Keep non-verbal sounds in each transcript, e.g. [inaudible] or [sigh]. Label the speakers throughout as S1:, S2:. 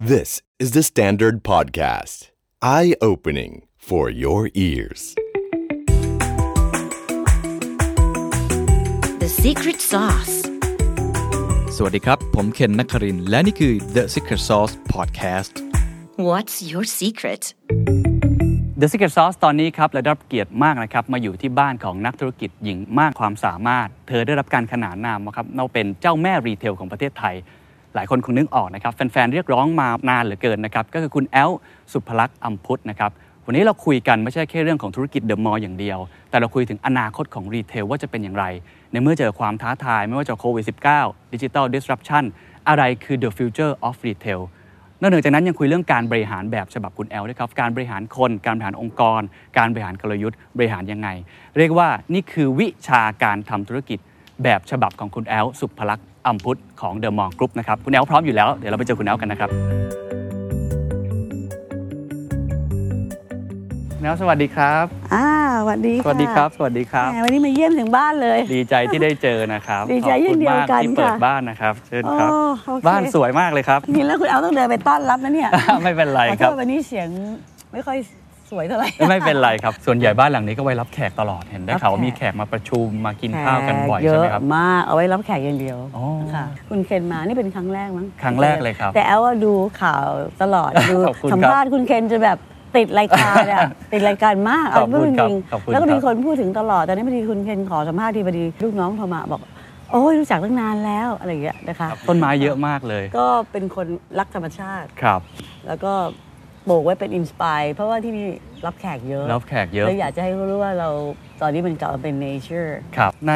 S1: This is the Standard Podcast. Eye opening for your ears.
S2: The secret sauce.
S3: สวัสดีครับ ผมเคนนักครินทร์และนี่คือ The Secret Sauce Podcast
S2: What's your secret?
S4: The Secret Sauce ตอนนี้ครับเราได้รับเกียรติมากนะครับ มาอยู่ที่บ้านของนักธุรกิจหญิงมากความสามารถ เธอได้รับการขนานนามว่าครับเราเป็นเจ้าแม่รีเทลของประเทศไทย หลายคนคงนึกออกนะครับ แฟน ๆ เรียกร้องมานานเหลือเกินนะครับ ก็คือคุณแอลสุภลักษณ์อัมพุทธนะครับ วันนี้เราคุยกันไม่ใช่แค่เรื่องของธุรกิจเดอะมอลล์อย่างเดียว แต่เราคุยถึงอนาคตของรีเทลว่าจะเป็นอย่างไร ในเมื่อเจอความท้าทายไม่ว่าจะโควิด -19 ดิจิ t a ล disruption อะไรคือ the future of retail นอกเหนือจากนั้นยังคุยเรื่องการบริหารแบบฉบับคุณแอลด้วยครับการบริหารคนการบริหารองค์กร การบริหารกลยุทธ์บริหารยังไง เรียกว่านี่คือวิชาการทำธุรกิจ แบบฉบับของคุณแอลสุภลักษณ์อัมพุทธของเดอะมองกรุ๊ปนะครับคุณแอลพร้อมอยู่แล้วเดี๋ยวเราไปเจอคุณแอลกันนะครับคุณแอลสวัสดีครับ
S5: อ่าสวัสดีะ
S4: สวัสดีครับ
S5: แหมวันนี้มาเยี่ยมถึงบ้านเลย
S4: ดีใจที่ได้เจอนะครับ
S5: ดีใจ
S4: ขอบคุณ
S5: เช่นเดียวกัน
S4: มาที่เปิด
S5: ค่ะ
S4: บ้านนะครับเชิญครับ
S5: โอ้โอเค
S4: บ้านสวยมากเลยครับ [laughs]
S5: นี่แล้วคุณเอาต้องเดินไปต้อนรับนะเนี่ย
S4: ไม่เป็นไร
S5: ขอ
S4: ค
S5: โท
S4: รับ
S5: ษวันนี้เสียงไม่ค่อยสวยเท่าไหร่
S4: ไม่เป็นไรครับ [laughs] ส่วนใหญ่บ้านหลังนี้ก็ไว้รับแขกตลอด เห็นได้
S5: รับ
S4: เขาวว่า
S5: แขก
S4: มีแขกมาประชุมมากินข้าวกันบ่อยใช่ไหมครับ
S5: แขกเยอะมากเอาไว้รับแขกอย่างเดียว
S4: อ๋อ
S5: ค่ะ คุณเคนมานี่เป็นครั้งแรกมั้ง
S4: ครั้งแรกเลยครับ
S5: แต่แอลว่าดูข่าวตลอดดู
S4: ขอบคุณครับ
S5: สัมภาษณ์คุณเคนจะแบบติดรายการ
S4: [laughs]
S5: อะ ติดรายการมาก
S4: ขอบคุณครั
S5: เาเรื่
S4: บ
S5: จริง
S4: ขอบคุณ
S5: แล้วก็
S4: ครับ
S5: มีคนพูดถึงตลอดแต่นี่พอดีคุณเคนขอสัมภาษณ์ทีพอดีลูกน้องโทรมาบอก โอ้ยรู้จักตั้งนานแล้วอะไรอย่างเงี้ยนะคะ
S4: ครับต้นไม้เยอะมากเลย
S5: ก็เป็นคนรักธรรมชาติ
S4: ครับ
S5: แล้วก็โบกไว้เป็นอินสปายเพราะว่าที่นี่รับแขกเยอะ
S4: รับแขกเยอะ
S5: แล้วอยากจะให้รู้ว่าเราตอนนี้มันกลับมาเป็นเนเจอร์
S4: ครับ ใน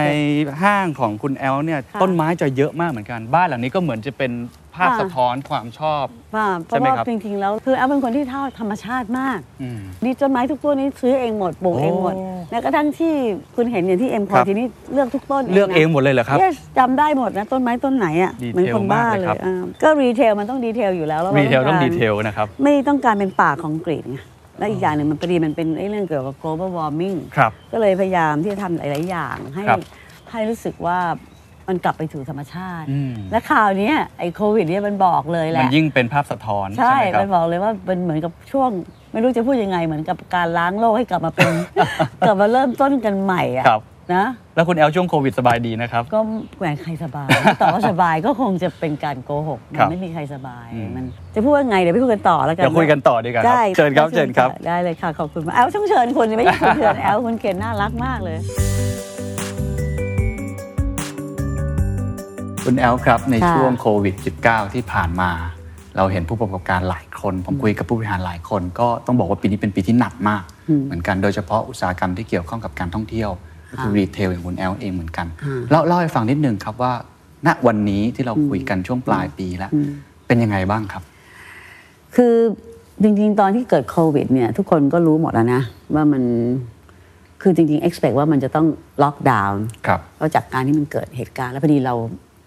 S4: ห้างของคุณแอลเนี่ย
S5: ค่ะ
S4: ต้นไม้จะเยอะมากเหมือนกัน บ้านหลังนี้ก็เหมือนจะเป็นภาพ
S5: ค่ะ
S4: สะท้อนความชอบ
S5: ว่าเพ
S4: ใช่
S5: ราะ
S4: ไหม
S5: ว่า
S4: ครับ
S5: จริงๆ แล้วคือแอปเป็นคนที่เท่าธรรมชาติมาก
S4: อืม
S5: นี่ต้นไม้ทุกต้นนี้ซื้อเองหมดปลูกเองหมด
S4: โอ้
S5: แม้กระทั่งที่คุณเห็นอย่างที่เอ็มพ
S4: ค
S5: อ
S4: รับ
S5: ที่นี่เลือกทุกต้น
S4: เลือกเองหมดเลยเหรอครับ
S5: เยจำได้หมดนะต้นไม้ต้นไหนอ่ะ
S4: ดีเทล
S5: เหมือนคนบ้าม
S4: ากเลย
S5: เลย
S4: ครับ
S5: อ่าก็รีเทลมันต้องดีเทลอยู่แล้วแล้ว
S4: รี
S5: เรา
S4: เทลต้อง
S5: การ
S4: ดีเทลนะครับ
S5: ไม่ต้องการเป็นป่าคอนกรีตไง และอีกอย่างหนึ่งมันพอดีมันเป็นไอ้เรื่องเกี่ยวกับ global warming
S4: ครับ
S5: ก็เลยพยายามที่จะทำหลาย ๆ อย่างให้
S4: ครับ
S5: ให้รู้สึกว่ามันกลับไปสู่ธรรมชาติ
S4: อืม
S5: และข่าวเนี้ยไอ้โควิดเนี่ยมันบอกเลยแห
S4: มัน
S5: ละ
S4: ยิ่งเป็นภาพสะท้อน ใช่
S5: ใช่
S4: ไหมครั
S5: มั
S4: บ
S5: นบอกเลยว่ามันเหมือนกับช่วง ไม่รู้จะพูดยังไงเหมือนกับการล้างโลกให้กลับมาเป็น
S4: [laughs]
S5: กลับมาเริ่มต้นกันใหม่อะ
S4: ครับ
S5: นะ
S4: แล้วคุณแอลช่วงโควิดสบายดีนะครับ
S5: ก็แหวนใครสบาย แต่ว่าสบายก็คงจะเป็นการโกหก มั
S4: ครั
S5: น
S4: บ
S5: ไม่มีใครสบาย
S4: อืม
S5: มันจะพูดว่าไงเดี๋ยวไปพูดกันต่อแล้วกัน
S4: เดี๋ยวคุยกันต่อดีกว่าครับ
S5: ได้
S4: เชิญครับ
S5: ะ
S4: เชิญครับ
S5: ะได้เลยค่ะ ขอบคุณมากแอลต้องเชิญคน
S4: [laughs]
S5: ไม่ใช่คุณเชิญแอลคุณเกณฑ์น่ารักมากเลย
S4: คุณแอลครับ ใน
S5: ค่ะ
S4: ช่วงโควิด -19 ที่ผ่านมา เราเห็นผู้ประกอบการหลายคน ผมคุยกับผู้บริหารหลายคน ก็ต้องบอกว่าปีนี้เป็นปีที่หนักมาก
S5: อืม
S4: เหมือนกันโดยเฉพาะอุตสาหกรรมที่เกี่ยวข้องกับการท่องเที่ยวก็คือรีเทลอย่างคุณแอลเองเหมือนกัน
S5: อืม
S4: เล่าเล่าให้ฟังนิดนึงครับว่า ณวันนี้ที่เราคุยกันช่วงปลายปีแล้ว
S5: อืม
S4: เป็นยังไงบ้างครับ
S5: คือจริงๆ ตอนที่เกิดโควิดเนี่ยทุกคนก็รู้หมดแล้วนะ ว่ามันคือจริงๆ expect ว่ามันจะต้องล็อกดาวน์
S4: ครับ
S5: แล้วจากการที่มันเกิดเหตุการณ์ แล้วพอดีเรา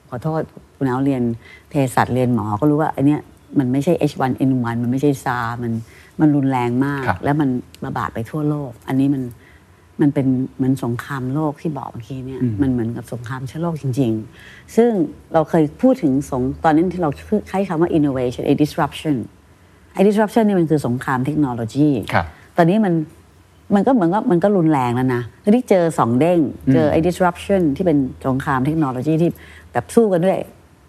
S5: ขอโทษคุณแอลเรียนเภสัชเรียนหมอก็รู้ว่าอันเนี้ยมันไม่ใช่ H1N1 มันไม่ใช่ซามันมันรุนแรงมาก
S4: ครับ
S5: แล้วมันระบาดไปทั่วโลก อันนี้มันมันเป็นเหมือนสงครามโลกที่บอกเมื่อกี้เนี่ย มันเหมือนกับสงครามเชื้อโรคจริง ๆ ซึ่งเราเคยพูดถึงสงตอนนั้นที่เราใช้คำว่า innovation a disruption ไอ้ disruption เนี่ยมันคือสงครามเทคโนโลยี
S4: ครับ
S5: ตอนนี้มันมันก็เหมือนก็มันก็รุนแรงแล้วนะทีนี้เจอสองเด้ง เจอไอ้ disruption ที่เป็นสงครามเทคโนโลยีที่แบบสู้กันด้วย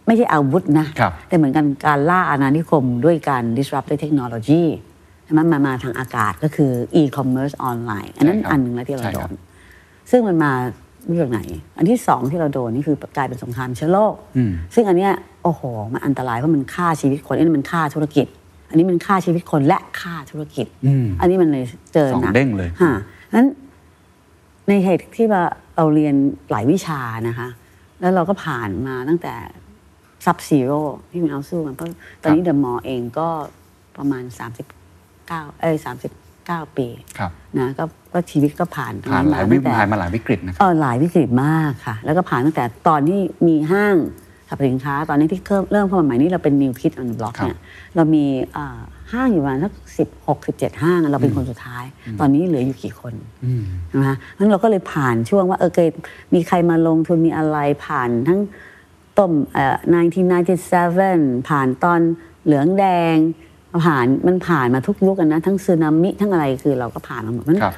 S5: ไม่ใช่อาวุธนะ
S4: ครับ
S5: แต่เหมือนกันการล่าอาณานิคมด้วยการ disrupt ด้วยเทคโนโลยีใช่ไหมมามาทางอากาศก็คือ e-commerce ออนไลน์ อันนั้น
S4: ใช่ครับ
S5: อันหนึ่งแล้วที่เรา
S4: ใช่
S5: โด
S4: ครับ
S5: น ซึ่งมันมาเรื่องไหน อันที่สองที่เราโดนนี่คือกลายเป็นสงครามเชื้อโรค ซึ่งอันเนี้ยโอ้โห มันอันตรายเพราะมันฆ่าชีวิตคนอันนี้มันฆ่าธุรกิจ อันนี้มันฆ่าชีวิตคนและฆ่าธุรกิจ
S4: อืม
S5: อันนี้มันเลยเจอหนัก
S4: สองเด้งเลย
S5: ฮะนั้นในเหตุที่ว่าเราเรียนหลายวิชานะคะ แล้วเราก็ผ่านมาตั้งแต่ซับซีโร่ที่มันเอาสู้กันเพราะตอนนี้เดอะมอเองก็ประมาณ 39 เอ้ย39 ปี
S4: ครับ
S5: นะก็ก็ชีวิตก็ผ่าน
S4: ผ่านหลายวิ
S5: ตั้งแต่
S4: ผ่านมาหลายวิกฤตนะครับ
S5: เออหลายวิกฤตมากค่ะ แล้วก็ผ่านตั้งแต่ตอนที่มีห้างสรรพสินค้า ตอนนี้ที่เริ่มเริ่มเข้ามาใหม่นี่เราเป็นนิวคิดอันบล็อก
S4: ครับ
S5: เนี่ยเรามีเอ่อห้างอยู่ประมาณสักสิบหกสิบเจ็ดห้าง เราเป็นคนสุดท้าย ตอนนี้เหลืออยู่กี่คน
S4: อืม
S5: นะคะงั้นเราก็เลยผ่านช่วงว่าเออเคยมีใครมาลงทุนมีอะไรผ่านทั้งต้มเอ่อ1997ผ่านตอน เหลืองแดงผ่านมันผ่านมาทุกยุคกันนะ ทั้งสึนามิทั้งอะไรคือเราก็ผ่านมาหมดเพราะฉะนั้น
S4: ครับ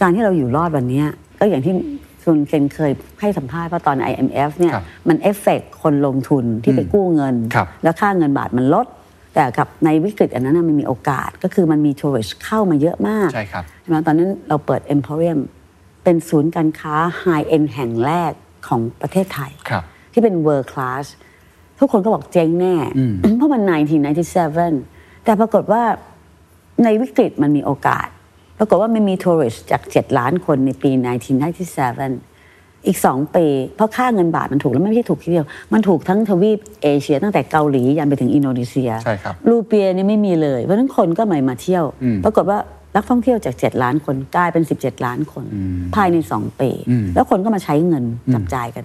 S5: การที่เราอยู่รอดวันเนี้ยก็อย่างที่คุณเคนเคยให้สัมภาษณ์ว่าตอน IMF เนี่ย
S4: ครับ
S5: มันเอฟเฟกต์คนลงทุนที่ไปกู้เงิน
S4: ครับ
S5: แล้วค่าเงินบาทมันลด แต่กับในวิกฤตอันนั้นนะมันมีโอกาสก็คือมันมีทัวริสเข้ามาเยอะมาก
S4: ใช่ครับ
S5: ใช่ไหมตอนนั้นเราเปิด Emporium เป็นศูนย์การค้าไฮเอ็นแห่งแรกของประเทศไทย
S4: ครับ
S5: ที่เป็น world class ทุกคนก็บอกเจ๊งแน่ เพราะมัน 1997 แต่ปรากฏว่าในวิกฤตมันมีโอกาส ปรากฏว่ามันมีทัวริสจาก 7 ล้านคนในปี 1997 อีก 2 ปี เพราะค่าเงินบาทมันถูกแล้วไม่ใช่ถูกทีเดียว มันถูกทั้งทวีปเอเชียตั้งแต่เกาหลี ยันไปถึงอินโดนีเซีย
S4: ใช่ครับ
S5: รูเปียนี่ไม่มีเลย เพราะฉะนั้นคนก็ไม่มาเที่ยว ปรากฏว่านักท่องเที่ยวจาก 7 ล้านคนกลายเป็น 17 ล้านคน ภายใน 2 ปี แล้วคนก็มาใช้เงินจับจ่ายกัน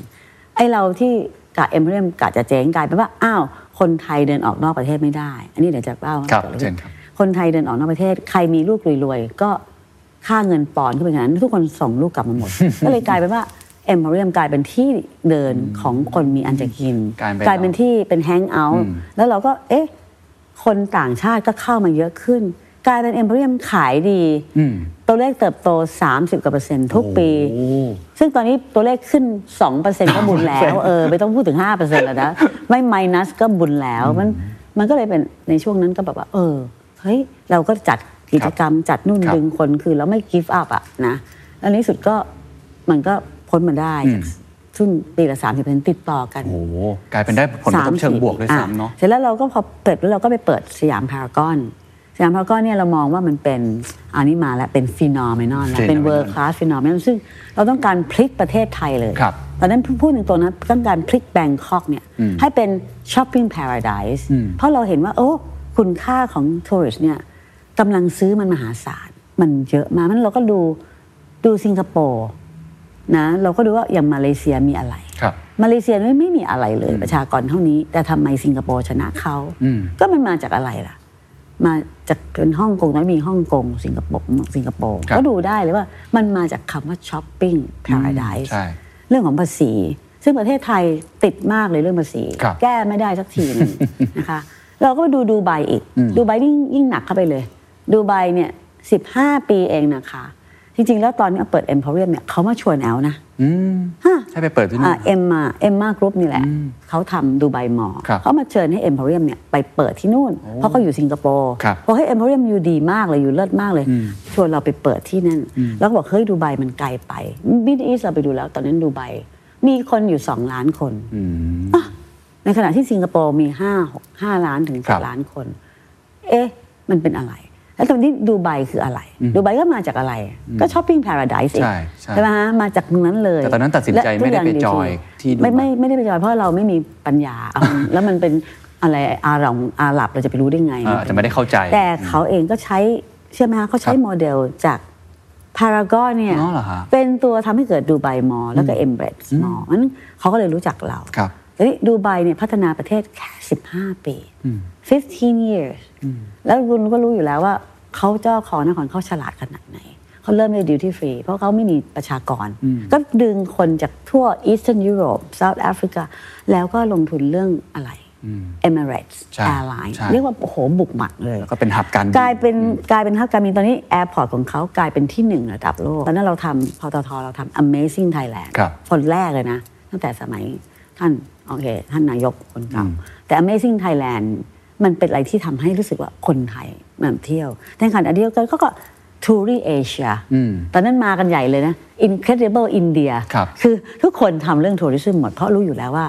S5: ไอเราที่กะเอ็มเรียมกะจะเจ๊งกลายเป็นว่าอ้าวคนไทยเดินออกนอกประเทศไม่ได้ อันนี้เดี๋ยวจะเล่า
S4: ครับ
S5: ดี๋ยว
S4: เชิญครับ
S5: คนไทยเดินออกนอกประเทศ ใครมีลูกรวยๆก็ค่าเงินปอนด์ขึ้นไปขนาดนั้นทุกคนส่งลูกกลับมาหมด ก็เลยกลายเป็นว่าเอ็มเรียมกลายเป็นที่เดินของคนมีอันจะกิน
S4: กลายเป็น
S5: เป็นที่เป็นแฮงเอาท์แล้วเราก็เอ๊ะ คนต่างชาติก็เข้ามาเยอะขึ้น กลายเป็นเอ็มเรียมขายดีตัวเลขเติบโต 30กว่าเปอร์เซ็นต์ทุกปี ซึ่งตอนนี้ตัวเลขขึ้น 2%ก็บุญแล้ว เออ ไม่ต้องพูดถึง 5%แล้วนะ ไม่ไมนัสก็บุญแล้ว มันมันก็เลยเป็นในช่วงนั้นก็แบบว่า เออ เฮ้ย เราก็จัดกิจกรรม จัดนู่น
S4: ครับ
S5: ดึงคนคือเราไม่กิฟต์อัพอะนะแล้วในที่สุดก็มันก็พ้นมาได้จากซึ่งปีละ30%ติดต่อกัน
S4: โอ้โหกลายเป็นได้ผลกระทบเชิงบวกด้วย
S5: อ่
S4: ซ้ำเนาะ
S5: เสร็จแล้วเราก็พอเปิดแล้วเราก็ไปเปิดสยามพารากอน สยามพารากอนเนี่ยเรามองว่ามันเป็นอันนี้มาแล้วเป็นฟีนอเมนอนแล้ว
S4: phenomenon
S5: เป็น world class phenomenon ซึ่งเราต้องการพลิกประเทศไทยเลย
S4: ครับ
S5: ตอนนั้นพูดถึงตัวนะต้องการพลิกแบงคอกเนี่ยให้เป็น shopping paradise เพราะเราเห็นว่า โอ้คุณค่าของทัวริสเนี่ยกำลังซื้อมันมหาศาล มันเยอะมากมันเราก็ดูดูสิงคโปร์นะเราก็ดูว่าอย่างมาเลเซียมีอะไร
S4: ครับ
S5: มาเลเซียไม่ไม่มีอะไรเลยประชากรเท่านี้ แต่ทำไมสิงคโปร์ชนะเขา ก็มันมาจากอะไรล่ะ มาจากเป็นฮ่องกงแล้วมีฮ่องกงสิงคโปร์สิงคโปร์
S4: ครับ
S5: ก็ดูได้เลยว่ามันมาจากคำว่าช้อปปิ้ง paradise
S4: ใช่
S5: เรื่องของภาษี ซึ่งประเทศไทยติดมากเลยเรื่องภาษี
S4: ครับ
S5: แก้ไม่ได้สักทีหนึ
S4: [laughs]
S5: ง นะคะ เราก็มาดูดูไบอีก ดูไบยิ่งยิ่งหนักเข้าไปเลย ดูไบเนี่ยสิบห้าปีเองนะคะ จริงๆ แล้วตอนนี้เปิดเอ็มพอเรียมเนี่ยเขามาชวนแอลนะ
S4: อืม
S5: ฮะ
S4: ให้ไปเปิดที่นู่
S5: อ่าน เอ็มมาเอ็มมากรุ๊ปนี่แหละ เขาทำดูไบมอลล์
S4: ครับ
S5: เขามาเชิญให้เอ็มพอรียมเนี่ยไปเปิดที่นู่น เพราะเขาอยู่สิงคโปร์
S4: ครับ
S5: บอกให้เอ็มพอรียมอยู่ดีมากเลยอยู่เลิศมากเลย ชวนเราไปเปิดที่นั่น แล้วก็บอกเฮ้ยดูไบมันไกลไปบิดอีสเราไปดูแล้ว ตอนนั้นดูไบมีคนอยู่สองล้านคนอ่ะในขณะที่สิงคโปร์มีห้าหกห้าล้านถึง
S4: ค
S5: ห
S4: รั
S5: ก
S4: บ
S5: ล้านคน เอ๊ะ มันเป็นอะไร แล้วตอนนี้ดูไบคืออะไร ดูไบก็มาจากอะไร ก็ช้อปปิ้งพาราไดซ์เอง
S4: ใช่ใช่
S5: ไหมฮะมาจากตรงนั้นเลย
S4: แต่ตอนนั้นตัดสินใจ
S5: และทุก
S4: ไม่ได้ไป
S5: ย่าง
S4: จอย
S5: ๆ
S4: ที่ดู
S5: ไม่
S4: ไบ
S5: ไม่ไม่ได้ไปจอยเพราะเราไม่มีปัญญา
S4: [laughs]
S5: เอาแล้วมันเป็นอะไรอาหรับอาหรับเราจะไปรู้ได้ไง
S4: อ่าอาจจะไม่ได้เข้าใจ
S5: แต่เขาเองก็ใช้ใช่ไหมคะเขาใช้
S4: ครับ
S5: โมเดลจากพารากอนเนี่ย
S4: อ๋อเหรอฮะ
S5: เป็นตัวทำให้เกิดดูไบมอลแล้วก็เอ็มเบรดมอลนั้นเขาก็เลยรู้จักเรา
S4: ครับ
S5: ทีนี้ดูไบเนี่ยพัฒนาประเทศแค่15 ปี 15 years แล้วคุณก็รู้อยู่แล้วว่าเขาเจ้าของนครเขาฉลาดขนาดไหน เขาเริ่มในดิวตี้ฟรีเพราะเขาไม่มีประชากร ก็ดึงคนจากทั่วอีสเทิร์นยุโรปเซาท์แอฟริกาแล้วก็ลงทุนเรื่องอะไรเอมิเรตส์
S4: ใช่
S5: แอร์ไลน์
S4: ใช่
S5: เรียกว่าโอ้โหบุกหมัดเลย
S4: แล้วก็เป็นหับการบิน
S5: กลายเป็นกลายเป็นฮับการบินตอนนี้แอร์พอร์ตของเขากลายเป็นที่หนึ่งระดับโลกตอนนั้นเราทำพอตทเราทำ Amazing Thailand
S4: ครับ
S5: คนแรกเลยนะ ตั้งแต่สมัยท่านโอเค ท่านนายกคนเก่าแต่ Amazing Thailand มันเป็นอะไรที่ทำให้รู้สึกว่าคนไทยมาเที่ยวแต่ขณะเดียวกันเขาก็ทัวรีเอเชียตอนนั้นมากันใหญ่เลยนะ Incredible India
S4: ครับ
S5: คือทุกคนทำเรื่องทัวริซึมหมดเพราะรู้อยู่แล้วว่า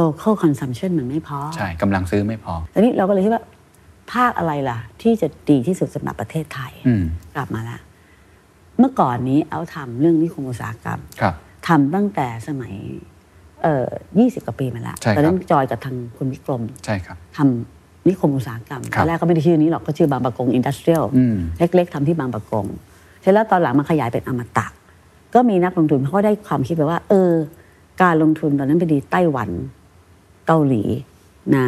S5: local consumption มันไม่พอ
S4: ใช่กำลังซื้อไม่พอ
S5: ตอนนี้เราก็เลยคิดว่าภาคอะไรล่ะ ที่จะดีที่สุดสำหรับประเทศไทย กลับมาละเมื่อก่อนนี้เอาทำเรื่องนิคมอุตสาหกรรม
S4: ครับ
S5: ทำตั้งแต่สมัยเอ่อยี่สิบกว่าปีมาแล้ว
S4: ใช่ครับ
S5: ตอนนั้นจอยกับทางคุณวิกรม
S4: ใช่ครับ
S5: ทำนิคมอุตสาหกรรม
S4: ค
S5: ต
S4: รับ
S5: อนแรกก็ไม่ได้ชื่อนี้หรอกก็ชื่อบางประกงอินดัสเทรียลเล็ก ๆทำที่บางประกงเสร็จแล้วตอนหลังมาขยายเป็นอมตะ ก็มีนักลงทุนเขาก็ได้ความคิดไปว่า เออ การลงทุนตอนนั้นไปดีไต้หวัน เกาหลีนะ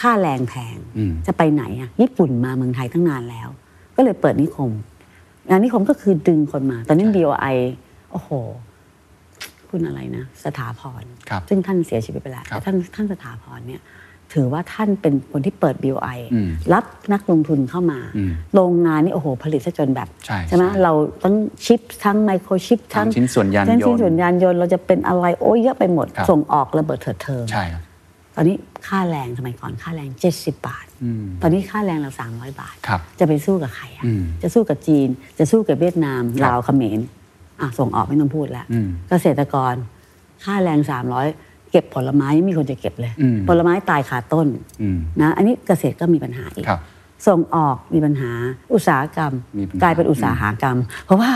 S5: ค่าแรงแพง จะไปไหนอะญี่ปุ่นมาเมืองไทยตั้งนานแล้ว ก็เลยเปิดนิคมงานนิคมก็คือดึงคนมา ตอนนี้ BOI โอ้โห คุณอะไรนะ สถาพร
S4: ครับ
S5: ซึ่งท่านเสียชีวิตไปแล้ว
S4: ครับ
S5: แต่ท่านท่านสถาพรเนี่ย ถือว่าท่านเป็นคนที่เปิด BOI รับนักลงทุนเข้ามา โรงงานนี่โอ้โห ผลิตซะจนแบบ
S3: ใช่
S5: ไหม
S3: ใช่
S5: เราต้องชิปทั้งไมโครชิปทั้ง
S3: ทั้งชิ้นส่วนยาน
S5: ทั้ง
S3: ยนต์
S5: ชิ้นส่วนยานยนต์เราจะเป็นอะไรโอ้ยเยอะไปหมด
S3: ครับ
S5: ส่งออกระเบิดเถิดเทิง
S3: ใช่ครับ
S5: ตอนนี้ค่าแรงสมัยก่อนค่าแรง 70 บาท ตอนนี้ค่าแรงเรา 300 บาท
S3: ครับ
S5: จะไปสู้กับใครอะ
S3: อืม
S5: จะสู้กับจีน จะสู้กับเวียดนาม
S3: ครับ
S5: ลาวเขมรอ่ะส่งออกไม่ต้องพูดแล้ว
S3: อืม
S5: เกษตรกร ค่าแรง 300 เก็บผลไม้ไม่มีคนจะเก็บเลย
S3: อืม
S5: ผลไม้ตายขาต้น
S3: อืม
S5: นะอันนี้เกษตรก็มีปัญหาอีก
S3: ครับ
S5: ส่งออกมีปัญหา อุตสาหกรรม
S3: มีปัญหาก
S5: ลายเป็นอุตสาหกรรม เพราะว่า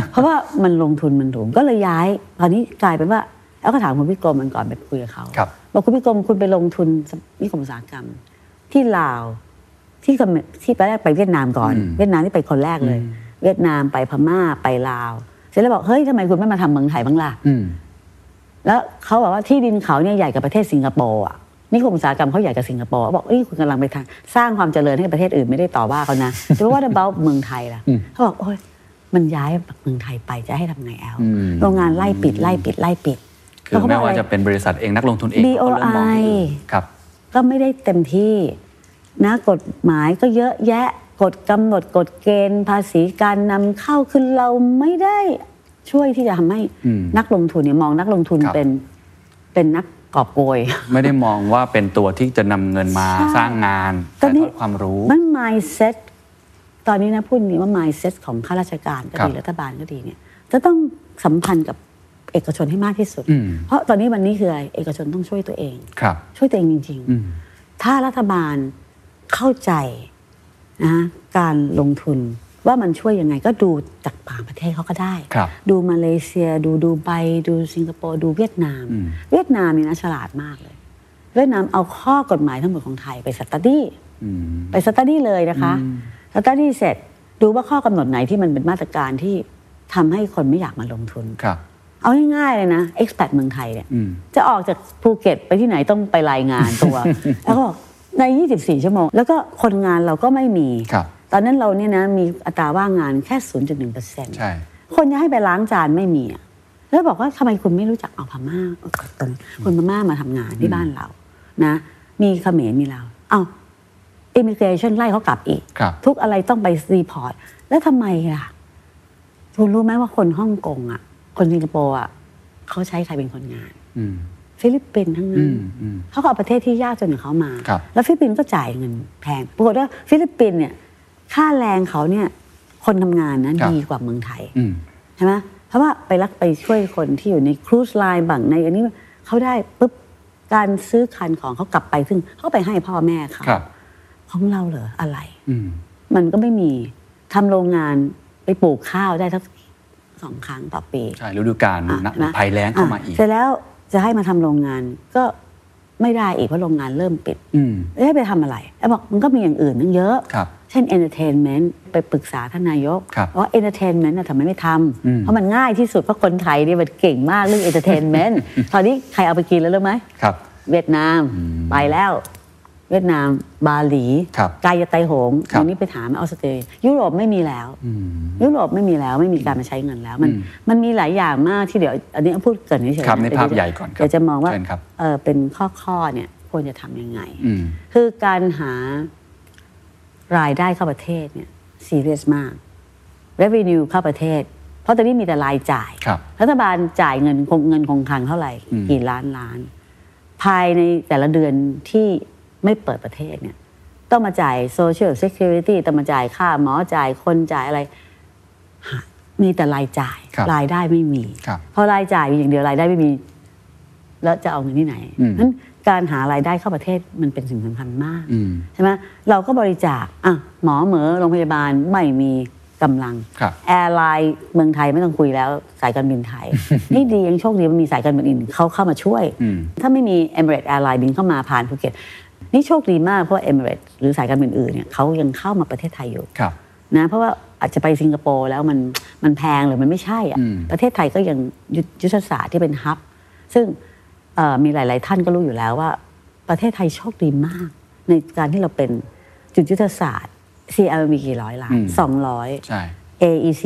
S5: [laughs] เพราะว่ามันลงทุนมันถูกก็เลยย้ายตอนนี้กลายเป็นว่าแล้วก็ถามคุณพิกรมมันก่อนไปคุยกับเขา
S3: ครับ
S5: บอกคุณพิกรมคุณไปลงทุนนิคมอุตสาหกรรม ที่ลาว ที่เขมรที่ไปแรกไปเวียดนามก่อน เวียดนามที่ไปคนแรกเลย เวียดนามไปพม่าไปลาว เสร็จแล้วบอกเฮ้ยทำไมคุณไม่มาทำเมืองไทยบ้างล่ะ
S3: อืม
S5: แล้วเขาบอกว่าที่ดินเขาเนี่ยใหญ่กว่าประเทศสิงคโปร์อ่ะนิคมอุตสาหกรรมเขาใหญ่กว่าสิงคโปร์บอกเอ้ยคุณกำลังไปทางสร้างความเจริญให้กับประเทศอื่นไม่ได้ต่อว่าเขา
S3: [laughs]
S5: นะแต่ว่า about เมืองไทยล่ะเขาบอกโอ้ยมันย้ายเมืองไทยไปจะให้ทำไงแอล
S3: อืม
S5: โรงงานไล่ปิดไล่ปิดไล่ปิด
S3: คือ
S5: เขบ
S3: แม้
S5: ก
S3: ว่า
S5: อไร
S3: จะเป็นบริษัทเองนักลงทุนเองเขาก็เริ่มมองที่อื่น
S5: BOI
S3: ครับ
S5: ก็ไม่ได้เต็มที่นะกฎหมายก็เยอะแยะกฎกำหนดกฎเกณฑ์ภาษีการนำเข้าคือเราไม่ได้ช่วยที่จะทำให้
S3: อืม
S5: นักลงทุนเนี่ยมองนักลงทุน
S3: ครับ
S5: เป็นเป็นนักกอบโกย
S3: ไม่ได้มองว่าเป็นตัวที่จะนำเงินมา
S5: ใช่
S3: สร้างงาน
S5: ต
S3: ถ่า
S5: อน
S3: ยท
S5: นี้
S3: อดความรู้
S5: มัน mindset ตอนนี้นะพูดจริงว่า mindset ของข้าราชการก็ดี
S3: ครับ
S5: รัฐบาลก็ดีเนี่ย จะต้องสัมพันธ์กับเอกชนให้มากที่สุด
S3: อืม
S5: เพราะตอนนี้วันนี้คืออะไรเอกชนต้องช่วยตัวเอง
S3: ครับ
S5: ช่วยตัวเองจริง
S3: อืม
S5: ๆ ถ้ารัฐบาลเข้าใจนะการลงทุนว่ามันช่วยยังไงก็ดูจากต่างประเทศเขาก็ได้
S3: ครับ
S5: ดูมาเลเซีย ดูดูไบดูสิงคโปร์ดูเวียดนาม เวียดนามเนี่ยนะฉลาดมากเลย เวียดนามเอาข้อกฎหมายทั้งหมดของไทยไปสตัดดี้
S3: อืม
S5: ไปสต u ดี้เลยนะคะสต u ดี้เสร็จดูว่าข้อกำหนดไหนที่มันเป็นมาตรการที่ทำให้คนไม่อยากมาลงทุน
S3: ครับ
S5: เอาง่ายๆเลยนะเอ็กซ์แพดเมืองไทยเนี่ย
S3: อืม
S5: จะออกจากภูเก็ตไปที่ไหนต้องไปรายงาน
S3: [laughs]
S5: ตัว แล้วก็ใน 24 ชั่วโมง แล้วก็คนงานเราก็ไม่มี
S3: ครับ
S5: ตอนนั้นเราเนี่ยนะมีอัตราว่างงานแค่ 0.1%
S3: ใช่
S5: คนจะให้ไปล้างจานไม่มีอะแล้วบอกว่าทำไมคุณไม่รู้จักเอาพม่าเอาตรงคุณพม่ามาทำงานที่บ้านเรานะ มีเขมรมีเราวเอา อิมิเกรชันไล่เขากลับอีก
S3: ครับ
S5: ทุกอะไรต้องไปรีพอร์ต แล้วทำไมล่ะ คุณรู้ไหมว่าคนฮ่องกงอ่ะ คนสิงคโปร์อ่ะเขาใช้ใครเป็นคนงาน
S3: อืม
S5: ฟิลิปปินส์ทั้ง
S3: อื
S5: นั้น
S3: มอืม
S5: เขาก็เอาประเทศที่ยากจนของเขามา
S3: ครับ
S5: แล้วฟิลิปปินส์ก็จ่ายเงินแพงปรากฏว่าฟิลิปปินส์เนี่ย ค่าแรงเขาเนี่ย คนทำงานนะดีกว่าเมืองไทย
S3: อืม
S5: ใช่ไหมเพราะว่าไปรักไปช่วยคนที่อยู่ในครูซไลน์บังในอันนี้เขาได้ปุ๊บการซื้อคันของเขากลับไปซึ่งเขาไปให้พ่อแม่เขา
S3: ครับ
S5: ของเราเหรออะไร
S3: อืม
S5: มันก็ไม่มีทำโรงงานไปปลูกข้าวได้ทักสองครั้งต่อปี
S3: ใช่ฤดูกาล
S5: อ่ะ
S3: นะ
S5: นะ
S3: ภัยแล้งเข้ามาอีก
S5: ะเสร็จแล้วจะให้มาทำโรงงานก็ไม่ได้อีกเพราะโรงงานเริ่มปิด
S3: อืม
S5: เอ้ยไปทำอะไรไอ้บอกมันก็มีอย่างอื่นตั้งเยอะ
S3: ครับ
S5: เช่น entertainment ไปปรึกษาท่านนายก
S3: ครับ
S5: ว่า entertainment น่ะทำไมไม่ท
S3: อืม
S5: ำเพราะมันง่ายที่สุดเพราะคนไทยเนี่ยมันเก่งมากเรื่อง
S3: [laughs]
S5: entertainment ตอนนี้ใครเอาไปกินแล้วรู้ไหม
S3: ครับ
S5: เวียดนามไปแล้ว เวียดนามบาหลี
S3: ครับ
S5: กายาไตโหง
S3: ครับ
S5: อันนี้ไปถามออสเตรเลียยุโรปไม่มีแล้ว
S3: อืม
S5: ยุโรปไม่มีแล้วไม่มีการมาใช้เงินแล้ว มันมันมีหลายอย่างมากที่เดี๋ยว อันนี้พูดเกรินเฉย
S3: ครับ
S5: ๆะ
S3: ในภาพใหญ่ก่อนครับ
S5: เดี๋ยวจะมองว่า
S3: เชิญครับ
S5: เออเป็นข้อข้อๆเนี่ยควรจะทำยังไง
S3: อืม
S5: คือการหารายได้เข้าประเทศเนี่ยซีเรียสมาก revenue เข้าประเทศ เพราะตอนนี้มีแต่รายจ่าย
S3: ครับ
S5: รัฐบาลจ่ายเงินคงเงินคงคลังเท่าไหร่ กี่ล้านล้าน ภายในแต่ละเดือนที่ไม่เปิดประเทศเนี่ย ต้องมาจ่าย social security ต้องมาจ่ายค่าหมอจ่ายคนจ่ายอะไรหามีแต่รายจ่าย
S3: ครับ
S5: รายได้ไม่มี
S3: ครับ
S5: เพราะรายจ่ายมีอย่างเดียวรายได้ไม่มี แล้วจะเอาเงินที่ไหนนั้นการหารายได้เข้าประเทศมันเป็นสิ่งสำคัญมาก
S3: อืม
S5: ใช่ไหมเราก็บริจาคอ่ะหมอเหมอโรงพยาบาลไม่มีกำลัง
S3: ครับ
S5: แอร์ไลน์เมืองไทยไม่ต้องคุยแล้วสายการบิน
S3: [laughs]
S5: ไทย นี่ดียังโชคดีมันมีสายการบินอื่นเขาเข้ามาช่วย
S3: อืม
S5: ถ้าไม่มี Emirates Airline บินเข้ามาผ่านภูเก็ตนี่โชคดีมากเพราะ Emirates หรือสายการบินอื่นเนี่ยเขายังเข้ามาประเทศไทยอยู่
S3: ครับ
S5: นะเพราะว่าอาจจะไปสิงคโปร์แล้วมันมันแพงหรือมันไม่ใช่อะ
S3: อืม
S5: ประเทศไทยก็ยังยุทยุทธศาสตร์ที่เป็นฮับ ซึ่งเอ่อมีหลาย ๆ ท่านก็รู้อยู่แล้วว่า ประเทศไทยโชคดีมาก ในการที่เราเป็นจุดยุทธศาสตร์ CL มีกี่ร้อยล้าน
S3: อืม
S5: สองร้อย
S3: ใช่
S5: AEC